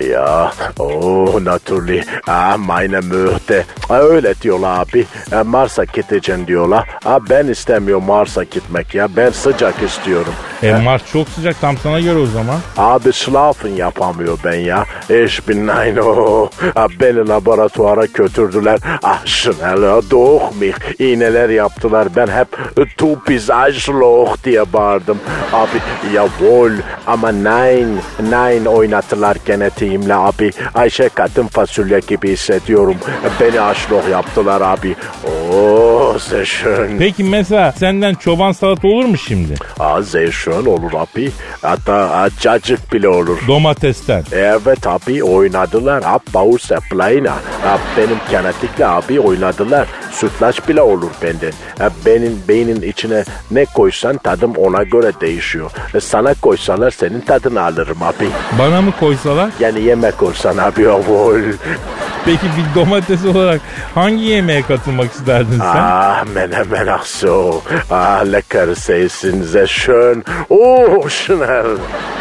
D: Ya, oh naturally. Ah, meine Mühte. Ah, öyle diyorlar abi. E, Mars'a gideceksin diyorlar. Ah, ben istemiyorum Mars'a gitmek ya. Ben sıcak istiyorum.
C: E, Mars çok sıcak tam sana göre o zaman.
D: Abi Slaven yapamıyor ben ya. Ich bin [LAUGHS] nein o. Ah, Beni laboratuvara götürdüler. Ah schneller durch mich. İğneler yaptılar. Ben hep "E, tu bist Arschloch diye bağırdım. Abi jawohl ama nein. Nein oynattılar genetiğimle abi. Ayşe kadın fasulye gibi hissediyorum. Beni Arschloch yaptılar abi. Oh, Oo sehr schön.
C: Peki mesela senden çoban salata olur mu şimdi?
D: Ah sehr schön olur abi. Hatta ah, cacık bile olur.
C: Domatesten.
D: Evet abi oynadılar. Ab Baus Plaina. Ab benim genetikle abi oynadılar. Sütlaç bile olur benden. Ab benim beynin içine ne koysan tadım ona göre değişiyor. E, Sana koysalar senin tadını alırım abi.
C: Bana mı koysalar?
D: Yani yemek olsan abi avol.
C: Peki bir domates olarak hangi yemeğe katılmak isterdin sen?
D: Ah mene mene so. Ah lecker seysin ze schön. Oh schnell.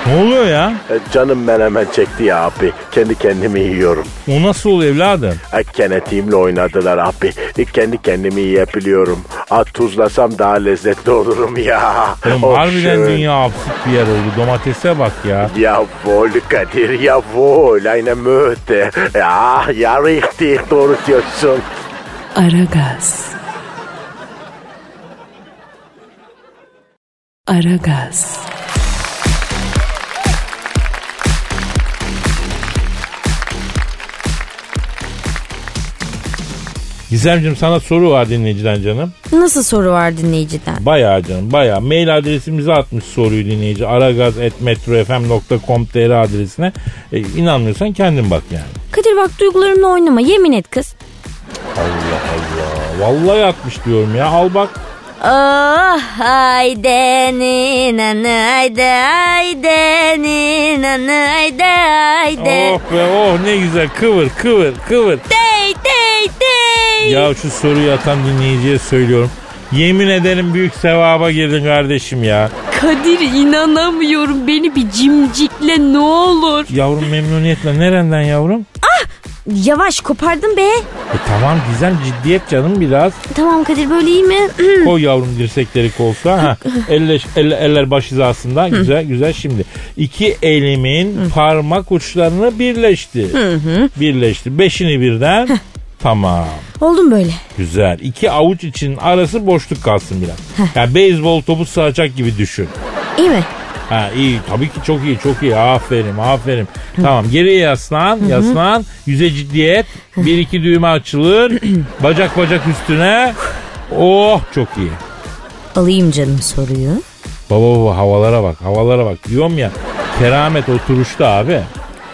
C: Ne oluyor ya?
D: E, Canım menemen çekti ya abi. Kendi kendimi yiyorum.
C: O nasıl oluyor evladım?
D: E, Genetiğimle oynadılar abi. E, Kendi kendimi yiyebiliyorum. A, tuzlasam daha lezzetli olurum ya.
C: Oğlum
D: Oh,
C: harbiden
D: şöyle.
C: dünya absürt bir yer oldu. Domatese bak ya.
D: Jawohl Kadir jawohl. Eine Möte. Ya, ya richtig Ah, doğru diyorsun.
H: Aragaz. Aragaz.
C: Gizemciğim sana soru var dinleyiciden canım.
E: Nasıl soru var dinleyiciden?
C: Bayağı canım bayağı. Mail adresimize atmış soruyu dinleyici. aragaz.metrofm.com.tr adresine. E, inanmıyorsan kendin bak yani.
E: Kadir bak duygularımla oynama yemin et kız.
C: Ya, vallahi atmış diyorum ya. Al bak.
E: Oh hayde ninan hayde hayde ninan hayde hayde.
C: Oh be oh ne güzel. Kıvır kıvır kıvır.
E: Dey dey dey.
C: Ya şu soruyu atan dinleyiciye söylüyorum. Yemin ederim büyük sevaba girdin kardeşim ya.
E: Kadir inanamıyorum beni bir cimcikle ne olur.
C: Yavrum memnuniyetle nerenden yavrum?
E: Yavaş kopardım be.
C: E tamam Gizem ciddiyet canım biraz.
E: Tamam Kadir böyle iyi mi?
C: Koy yavrum dirsekleri koltuğa. Ha, eller, eller, eller baş hizasında. Güzel güzel şimdi. İki elimin parmak uçlarını birleşti. Birleşti. Beşini birden. tamam.
E: Oldum böyle.
C: Güzel. İki avuç için arası boşluk kalsın biraz. Yani beyzbol topu sığacak gibi düşün.
E: İyi mi?
C: Ha iyi tabii ki çok iyi çok iyi aferin aferin. Tamam geriye yaslan yaslan yüze ciddiyet bir iki düğme açılır bacak bacak üstüne oh çok iyi.
E: Alayım canım soruyu.
C: Baba baba havalara bak havalara bak diyorum ya keramet oturuşta abi.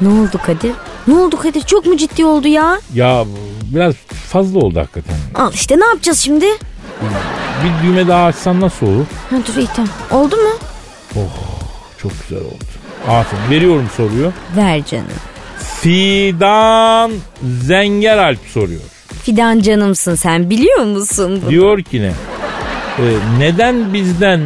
E: Ne oldu Kadir? Ne oldu Kadir? Çok mu ciddi oldu ya?
C: Ya biraz fazla oldu hakikaten.
E: Al işte ne yapacağız şimdi?
C: Bir düğme daha açsan nasıl olur?
E: Ha, dur iyi tamam. Oldu mu?
C: Çok güzel oldu. Aferin veriyorum soruyu.
E: Ver canım.
C: Fidan Zengeralp soruyor.
E: Fidan canımsın sen biliyor musun bunu?
C: Diyor ki ne? Ee, neden bizden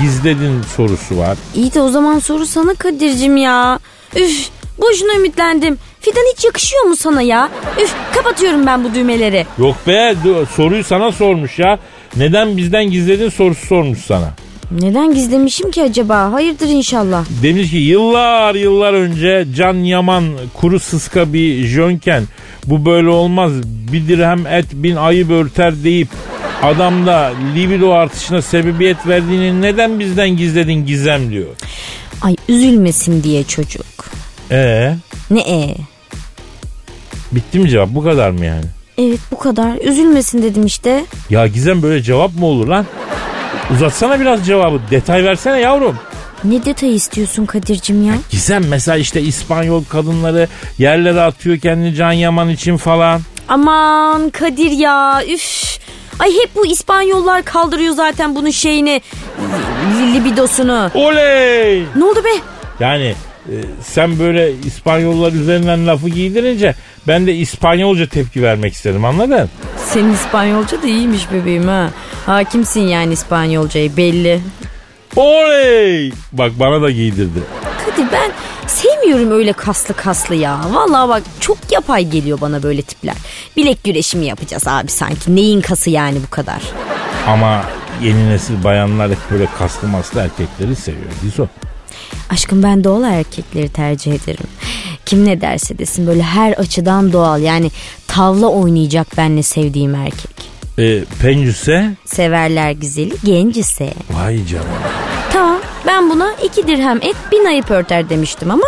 C: gizledin sorusu var.
E: İyi de o zaman soru sana Kadir'cim ya. Üf boşuna ümitlendim. Fidan hiç yakışıyor mu sana ya? Üf kapatıyorum ben bu düğmeleri.
C: Yok be d- soruyu sana sormuş ya. Neden bizden gizledin sorusu sormuş sana.
E: Neden gizlemişim ki acaba? Hayırdır inşallah.
C: Demiş ki yıllar yıllar önce Can Yaman kuru sıska bir jönken bu böyle olmaz bir dirhem et bin ayıp örter deyip adamda libido artışına sebebiyet verdiğini neden bizden gizledin gizem diyor.
E: Ay üzülmesin diye çocuk.
C: Ee
E: Ne e?
C: bitti mi cevap bu kadar mı yani?
E: Evet bu kadar. Üzülmesin dedim işte.
C: Ya Gizem böyle cevap mı olur lan? Uzatsana biraz cevabı. Detay versene yavrum.
E: Ne detay istiyorsun Kadir'cim ya?
C: Gizem mesela işte İspanyol kadınları yerlere atıyor kendini Can Yaman için falan.
E: Aman Kadir ya üf. Ay hep bu İspanyollar kaldırıyor zaten bunun şeyini. li- Libidosunu.
C: Oley!
E: Ne oldu be?
C: Yani e, sen böyle İspanyollar üzerinden lafı giydirince ben de İspanyolca tepki vermek istedim anladın?
E: Senin İspanyolca da iyiymiş bebeğim ha. Hakimsin yani İspanyolcayı belli.
C: Oley! Bak bana da giydirdi.
E: Kadir ben sevmiyorum öyle kaslı kaslı ya. Vallahi bak çok yapay geliyor bana böyle tipler. Bilek güreşi mi yapacağız abi sanki? Neyin kası yani bu kadar?
C: Ama yeni nesil bayanlar hep böyle kaslı maslı erkekleri seviyor. Dizo.
E: Aşkım ben doğal erkekleri tercih ederim. Kim ne derse desin böyle her açıdan doğal. Yani tavla oynayacak benle sevdiğim erkek.
C: E, pencüse?
E: Severler güzeli genç ise.
C: Vay canına.
E: Tamam ben buna iki dirhem et bin ayıp örter demiştim ama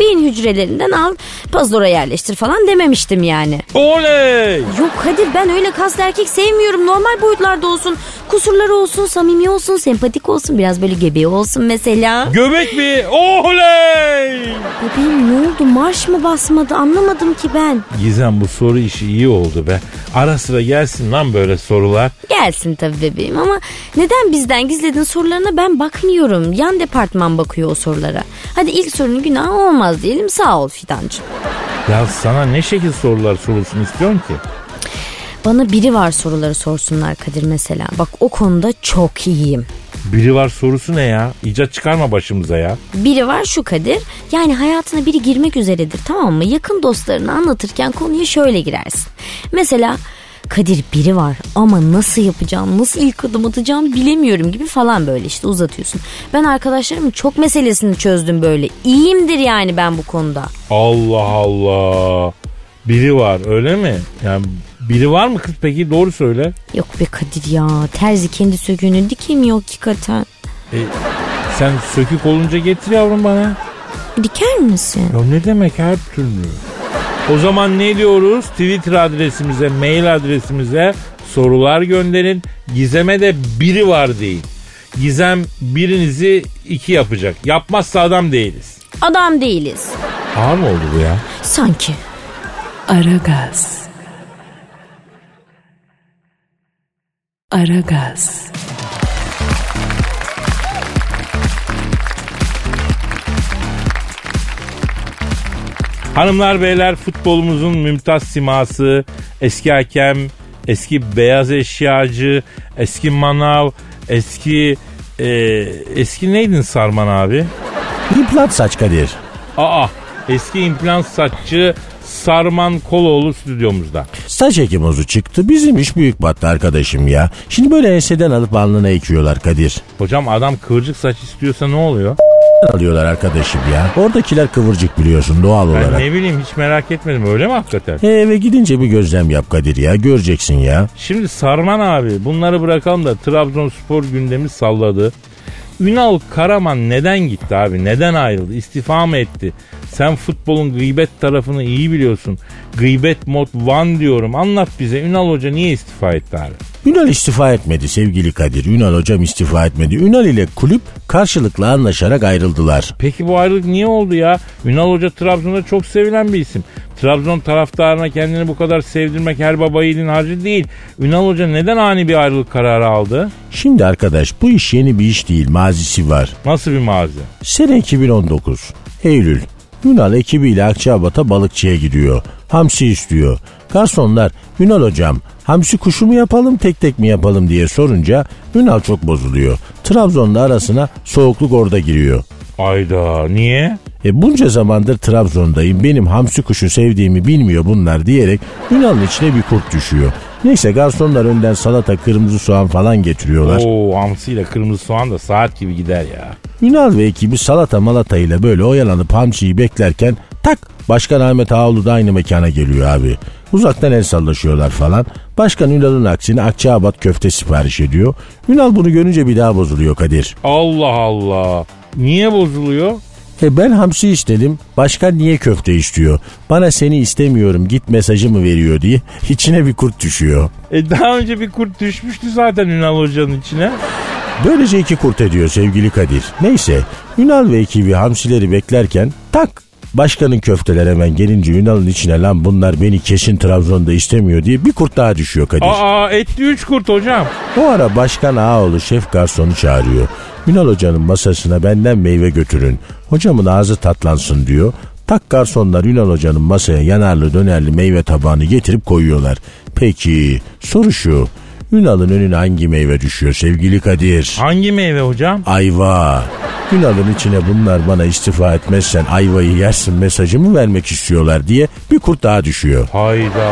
E: beyin hücrelerinden al pazora yerleştir falan dememiştim yani.
C: Oley!
E: Yok Kadir ben öyle kaslı erkek sevmiyorum. Normal boyutlarda olsun. Kusurları olsun, samimi olsun, sempatik olsun. Biraz böyle gebeği olsun mesela.
C: Göbek mi? Oley!
E: Bebeğim ne oldu? Marş mı basmadı? Anlamadım ki ben.
C: Gizem bu soru işi iyi oldu be. Ara sıra gelsin lan böyle sorular.
E: Gelsin tabii bebeğim ama neden bizden gizledin sorularına ben bakmıyorum. Yan departman bakıyor o sorulara. Hadi ilk sorunun günah olmaz diyelim sağ ol Fidancığım.
C: Ya sana ne şekil sorular sorulsun istiyorsun ki?
E: Bana biri var soruları sorsunlar Kadir mesela. Bak o konuda çok iyiyim.
C: Biri var sorusu ne ya? İcat çıkarma başımıza ya.
E: Biri var şu Kadir. Yani hayatına biri girmek üzeredir tamam mı? Yakın dostlarını anlatırken konuya şöyle girersin. Mesela Kadir biri var ama nasıl yapacağım, nasıl ilk adım atacağım bilemiyorum gibi falan böyle işte uzatıyorsun. Ben arkadaşlarımın çok meselesini çözdüm böyle. İyiyimdir yani ben bu konuda.
C: Allah Allah. Biri var öyle mi? Yani biri var mı kız peki doğru söyle.
E: Yok be Kadir ya terzi kendi söküğünü dikemiyor hakikaten.
C: E, sen sökük olunca getir yavrum bana.
E: Diker misin?
C: Ya ne demek her türlü? O zaman ne diyoruz? Twitter adresimize, mail adresimize sorular gönderin. Gizem'e de biri var deyin. Gizem birinizi iki yapacak. Yapmazsa adam değiliz.
E: Adam değiliz.
C: Ağır mı oldu bu ya?
E: Sanki.
F: Aragaz. Aragaz.
C: Hanımlar beyler futbolumuzun mümtaz siması, eski hakem, eski beyaz eşyacı, eski manav, eski... e, eski neydin Sarman abi?
D: İmplant saç Kadir.
C: Aa eski implant saççı Sarman Koloğlu stüdyomuzda.
D: Saç ekim ozu çıktı. Bizim iş büyük battı arkadaşım ya. Şimdi böyle enseden alıp alnına ekiyorlar Kadir.
C: Hocam adam kıvırcık saç istiyorsa ne oluyor?
D: alıyorlar arkadaşım ya. Oradakiler kıvırcık biliyorsun doğal
C: Ben
D: olarak.
C: ne bileyim hiç merak etmedim öyle mi hakikaten?
D: E, eve gidince bir gözlem yap Kadir ya. Göreceksin ya.
C: Şimdi Sarman abi bunları bırakalım da Trabzonspor gündemi salladı. Ünal Karaman neden gitti abi? Neden ayrıldı? İstifa mı etti? Sen futbolun gıybet tarafını iyi biliyorsun. Gıybet mod one diyorum. Anlat bize Ünal Hoca niye istifa etti abi?
D: Ünal istifa etmedi sevgili Kadir. Ünal hocam istifa etmedi. Ünal ile kulüp karşılıklı anlaşarak ayrıldılar.
C: Peki bu ayrılık niye oldu ya? Ünal Hoca Trabzon'da çok sevilen bir isim. Trabzon taraftarına kendini bu kadar sevdirmek her baba yiğidin harcı değil. Ünal Hoca neden ani bir ayrılık kararı aldı?
D: Şimdi arkadaş bu iş yeni bir iş değil. Mazisi var.
C: Nasıl bir mazi?
D: Sene 2019. Eylül. Yunan ekibiyle Akçabat'a balıkçıya gidiyor. Hamsi istiyor. Garsonlar Yunan hocam hamsi kuşu mu yapalım tek tek mi yapalım diye sorunca Yunan çok bozuluyor. Trabzon'da arasına soğukluk orada giriyor.
C: Ayda niye?
D: E bunca zamandır Trabzon'dayım benim hamsi kuşu sevdiğimi bilmiyor bunlar diyerek Yunan'ın içine bir kurt düşüyor. Neyse garsonlar önden salata kırmızı soğan falan getiriyorlar.
C: Oo hamsiyle kırmızı soğan da saat gibi gider ya.
D: Ünal ve ekibi salata malata ile böyle oyalanıp hamsiyi beklerken tak Başkan Ahmet Ağoğlu da aynı mekana geliyor abi. Uzaktan el sallaşıyorlar falan. Başkan Ünal'ın aksine Akçaabat köfte sipariş ediyor. Ünal bunu görünce bir daha bozuluyor Kadir.
C: Allah Allah. Niye bozuluyor?
D: E ben hamsi istedim. Başkan niye köfte istiyor? Bana seni istemiyorum git mesajı mı veriyor diye [LAUGHS] içine bir kurt düşüyor.
C: E daha önce bir kurt düşmüştü zaten Ünal Hoca'nın içine.
D: Böylece iki kurt ediyor sevgili Kadir. Neyse Ünal ve ekibi hamsileri beklerken tak başkanın köfteler hemen gelince Ünal'ın içine lan bunlar beni kesin Trabzon'da istemiyor diye bir kurt daha düşüyor Kadir.
C: Aa etti üç kurt hocam.
D: O ara başkan ağaoğlu şef garsonu çağırıyor. Ünal hocanın masasına benden meyve götürün. Hocamın ağzı tatlansın diyor. Tak garsonlar Ünal hocanın masaya yanarlı dönerli meyve tabağını getirip koyuyorlar. Peki soru şu. Ünal'ın önüne hangi meyve düşüyor sevgili Kadir?
C: Hangi meyve hocam?
D: Ayva. Ünal'ın içine bunlar bana istifa etmezsen ayvayı yersin mesajı mı vermek istiyorlar diye bir kurt daha düşüyor.
C: Hayda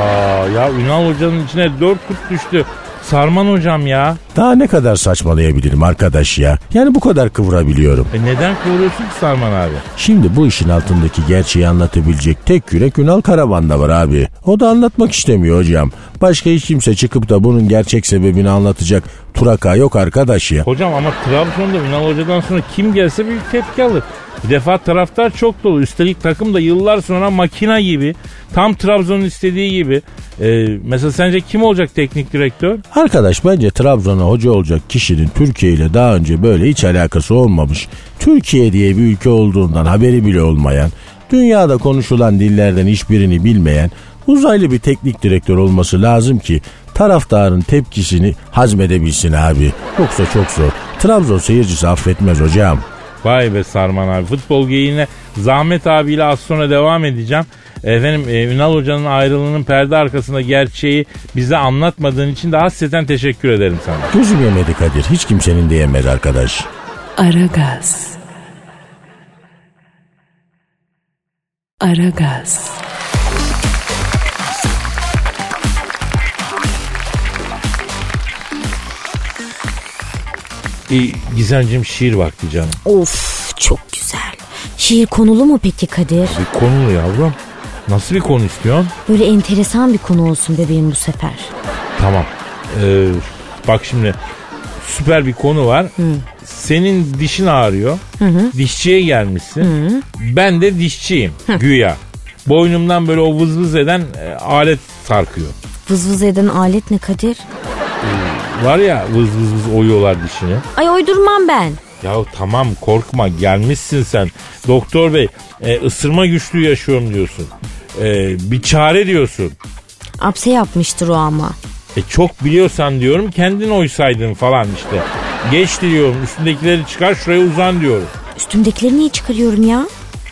C: ya Ünal Hoca'nın içine dört kurt düştü. Sarman hocam ya.
D: Daha ne kadar saçmalayabilirim arkadaş ya. Yani bu kadar kıvırabiliyorum.
C: E neden kıvırıyorsun ki Sarman abi?
D: Şimdi bu işin altındaki gerçeği anlatabilecek tek yürek Ünal Karaman'da var abi. O da anlatmak istemiyor hocam. Başka hiç kimse çıkıp da bunun gerçek sebebini anlatacak turaka yok arkadaş ya.
C: Hocam ama Trabzon'da Ünal Hoca'dan sonra kim gelse bir tepki alır. Bir defa taraftar çok dolu. Üstelik takım da yıllar sonra makina gibi. Tam Trabzon'un istediği gibi. E, mesela sence kim olacak teknik direktör?
D: Arkadaş bence Trabzon'a hoca olacak kişinin Türkiye ile daha önce böyle hiç alakası olmamış. Türkiye diye bir ülke olduğundan haberi bile olmayan, dünyada konuşulan dillerden hiçbirini bilmeyen uzaylı bir teknik direktör olması lazım ki taraftarın tepkisini hazmedebilsin abi. Yoksa çok zor. Trabzon seyircisi affetmez hocam.
C: Vay be Sarman abi. Futbol geyiğine Zahmet abiyle az sonra devam edeceğim. Efendim e, Ünal Hoca'nın ayrılığının perde arkasında gerçeği bize anlatmadığın için de hasreten teşekkür ederim sana.
D: Gözüm yemedi Kadir. Hiç kimsenin de yemez arkadaş.
F: Aragaz. Aragaz.
C: E, Gizemciğim şiir vakti canım.
E: Of çok güzel. Şiir konulu mu peki Kadir?
C: Bir konu yavrum. Nasıl bir konu istiyorsun?
E: Böyle enteresan bir konu olsun bebeğim bu sefer.
C: Tamam. Ee, bak şimdi süper bir konu var. Senin dişin ağrıyor. Dişçiye gelmişsin. Ben de dişçiyim güya. Boynumdan böyle o vız vız eden e, alet sarkıyor.
E: Vız vız eden alet ne Kadir?
C: Var ya vız vız vız oyuyorlar dişini.
E: Ay uydurmam ben.
C: Ya tamam korkma gelmişsin sen. Doktor bey e, ısırma güçlüğü yaşıyorum diyorsun. E, bir çare diyorsun.
E: Apse yapmıştır o ama.
C: E çok biliyorsan diyorum kendin oysaydın falan işte. Geç diyorum üstündekileri çıkar şuraya uzan diyorum.
E: Üstümdekileri niye çıkarıyorum ya?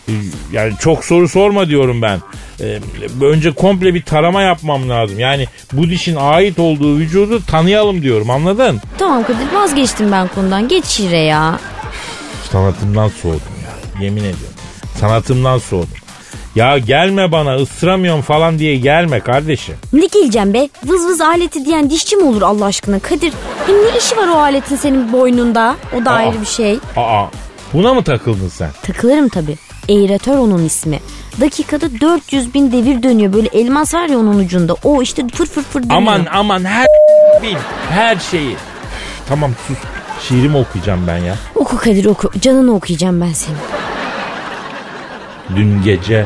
C: E, Yani çok soru sorma diyorum ben. E, önce komple bir tarama yapmam lazım. Yani bu dişin ait olduğu vücudu tanıyalım diyorum anladın?
E: Tamam Kadir vazgeçtim ben konudan. Geç şiire ya.
C: Sanatımdan soğudum ya yemin ediyorum. Sanatımdan soğudum. Ya gelme bana ısıramıyorum falan diye gelme kardeşim.
E: Ne geleceğim be? Vız vız aleti diyen dişçi mi olur Allah aşkına Kadir? Hem ne işi var o aletin senin boynunda? O da
C: Aa.
E: ayrı bir şey.
C: Aa buna mı takıldın sen?
E: Takılırım tabii. Eğratör onun ismi. Dakikada 400 bin devir dönüyor. Böyle elmas var ya onun ucunda. O işte fır fır fır dönüyor.
C: Aman aman her [LAUGHS] bil her şeyi. Tamam sus. Şiirimi okuyacağım ben ya.
E: Oku Kadir oku. Canını okuyacağım ben seni.
C: Dün gece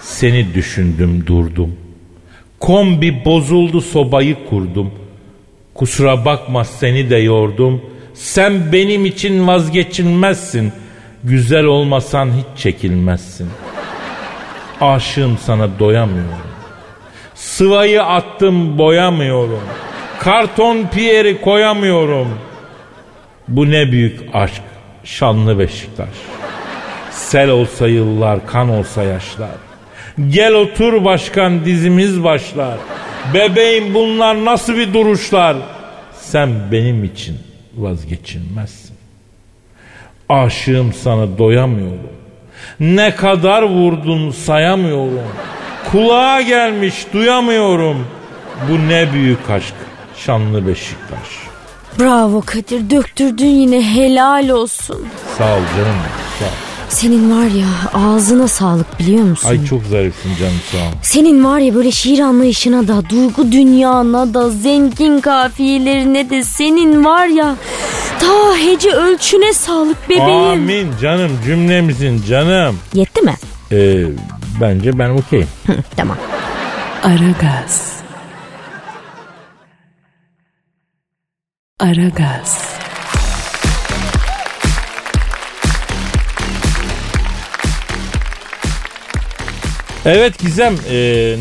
C: seni düşündüm durdum. Kombi bozuldu sobayı kurdum. Kusura bakma seni de yordum. Sen benim için vazgeçilmezsin. Güzel olmasan hiç çekilmezsin. Aşığım sana doyamıyorum. Sıvayı attım boyamıyorum. Karton piyeri koyamıyorum. Bu ne büyük aşk şanlı Beşiktaş. Sel olsa yıllar, kan olsa yaşlar. Gel otur başkan dizimiz başlar. Bebeğim bunlar nasıl bir duruşlar? Sen benim için vazgeçilmezsin. Aşığım sana doyamıyorum. Ne kadar vurdun sayamıyorum. Kulağa gelmiş duyamıyorum. Bu ne büyük aşk. Şanlı Beşiktaş.
E: Bravo Kadir döktürdün yine helal olsun.
C: Sağ ol canım. Sağ ol.
E: Senin var ya ağzına sağlık biliyor musun?
C: Ay çok zarifsin canım sağ ol.
E: Senin var ya böyle şiir anlayışına da, duygu dünyana da, zengin kafiyelerine de senin var ya ta hece ölçüne sağlık bebeğim.
C: Amin canım cümlemizin canım.
E: Yetti mi?
C: Ee, bence ben okeyim.
E: Hı, tamam.
F: Aragaz. Aragaz.
C: Evet Gizem e,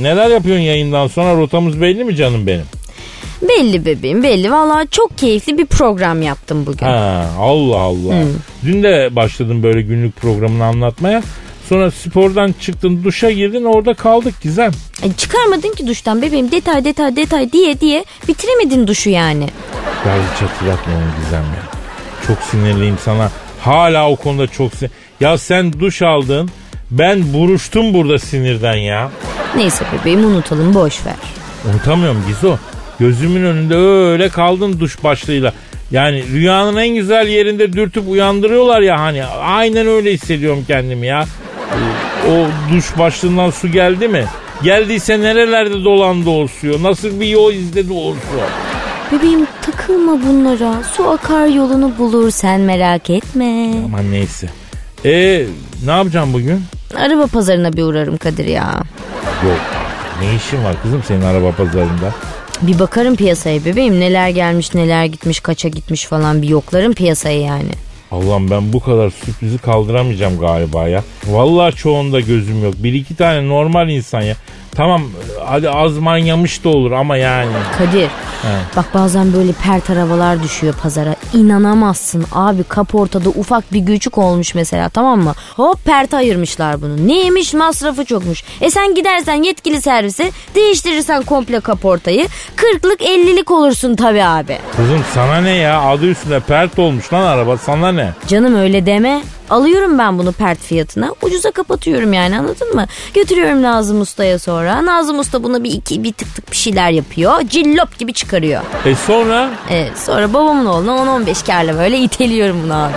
C: neler yapıyorsun yayından sonra rotamız belli mi canım benim?
E: Belli bebeğim belli. Valla çok keyifli bir program yaptım bugün.
C: Ha, Allah Allah. Dün de başladım böyle günlük programını anlatmaya. Sonra spordan çıktın duşa girdin orada kaldık Gizem.
E: E, çıkarmadın ki duştan bebeğim detay detay detay diye diye bitiremedin duşu yani.
C: Ya hiç hatırlatma onu Gizem ya. Çok sinirliyim sana. Hala o konuda çok sin... Ya sen duş aldın. Ben buruştum burada sinirden ya.
E: Neyse bebeğim unutalım boş ver.
C: Unutamıyorum Gizo. Gözümün önünde öyle kaldın duş başlığıyla. Yani rüyanın en güzel yerinde dürtüp uyandırıyorlar ya hani. Aynen öyle hissediyorum kendimi ya. Ee, O duş başlığından su geldi mi? Geldiyse nerelerde dolandı o suyu? Nasıl bir yol izledi o su?
E: Bebeğim takılma bunlara. Su akar yolunu bulur sen merak etme.
C: Aman neyse. E ne yapacağım bugün?
E: Araba pazarına bir uğrarım Kadir ya.
C: Yok. Ne işin var kızım senin araba pazarında?
E: Bir bakarım piyasaya bebeğim neler gelmiş neler gitmiş kaça gitmiş falan bir yoklarım piyasayı yani.
C: Allah'ım ben bu kadar sürprizi kaldıramayacağım galiba ya. Vallahi çoğunda gözüm yok. Bir iki tane normal insan ya. Tamam hadi az manyamış da olur ama yani.
E: Kadir bak bazen böyle pert arabalar düşüyor pazara inanamazsın abi kaportada ufak bir gücük olmuş mesela tamam mı? Hop perte ayırmışlar bunu neymiş masrafı çokmuş. E sen gidersen yetkili servise değiştirirsen komple kaportayı kırklık ellilik olursun tabi abi.
C: Kızım sana ne ya adı üstünde pert olmuş lan araba sana ne?
E: Canım öyle deme. Alıyorum ben bunu pert fiyatına. Ucuza kapatıyorum yani anladın mı? Götürüyorum Nazım Usta'ya sonra. Nazım Usta buna bir iki bir tık tık bir şeyler yapıyor. Cillop gibi çıkarıyor.
C: E sonra?
E: Ee, sonra babamın oğluna 10-15 karla böyle iteliyorum bunu abi.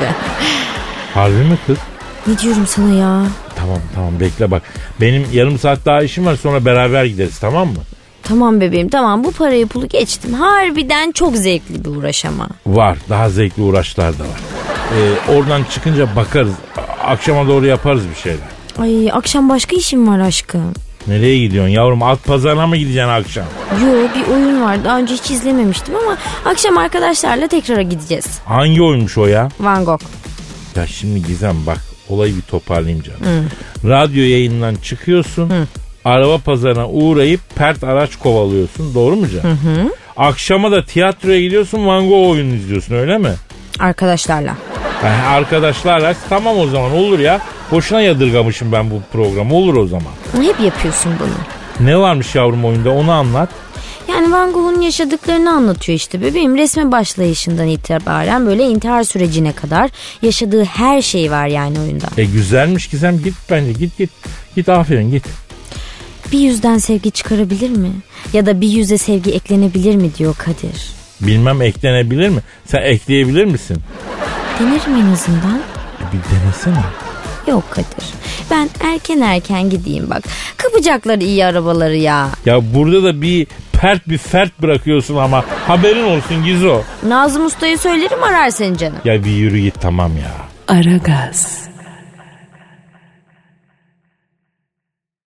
C: Harbi mi kız?
E: Ne diyorum sana ya?
C: Tamam tamam bekle bak. Benim yarım saat daha işim var sonra beraber gideriz tamam mı?
E: Tamam bebeğim tamam bu parayı pulu geçtim. Harbiden çok zevkli bir uğraş ama.
C: Var. Daha zevkli uğraşlar da var. Ee, oradan çıkınca bakarız. A- Akşama doğru yaparız bir şeyler.
E: Ay akşam başka işim var aşkım.
C: Nereye gidiyorsun yavrum? At pazarına mı gideceksin akşam?
E: Yo bir oyun var daha önce hiç izlememiştim ama akşam arkadaşlarla tekrar gideceğiz.
C: Hangi oyunmuş o ya?
E: Van Gogh.
C: Ya şimdi Gizem bak olayı bir toparlayayım canım. Radyo yayından çıkıyorsun. Araba pazarına uğrayıp pert araç kovalıyorsun. Doğru mu canım? Akşama da tiyatroya gidiyorsun Van Gogh oyunu izliyorsun öyle mi?
E: Arkadaşlarla.
C: Yani arkadaşlarla tamam o zaman olur ya. Boşuna yadırgamışım ben bu programı olur o zaman.
E: Hep yapıyorsun bunu.
C: Ne varmış yavrum oyunda onu anlat.
E: Yani Van Gogh'un yaşadıklarını anlatıyor işte bebeğim. Resme başlayışından itibaren böyle intihar sürecine kadar yaşadığı her şey var yani oyunda.
C: E güzelmiş Gizem git bence git git. Git aferin git.
E: Bir yüzden sevgi çıkarabilir mi? Ya da bir yüze sevgi eklenebilir mi diyor Kadir.
C: Bilmem eklenebilir mi? Sen ekleyebilir misin?
E: Denerim en azından.
C: E, bir denesene.
E: Yok Kadir. Ben erken erken gideyim bak. Kapacaklar iyi arabaları ya.
C: Ya burada da bir pert bir fert bırakıyorsun ama haberin olsun Gizo.
E: Nazım Usta'ya söylerim arar seni canım.
C: Ya bir yürü git tamam ya.
F: Aragaz.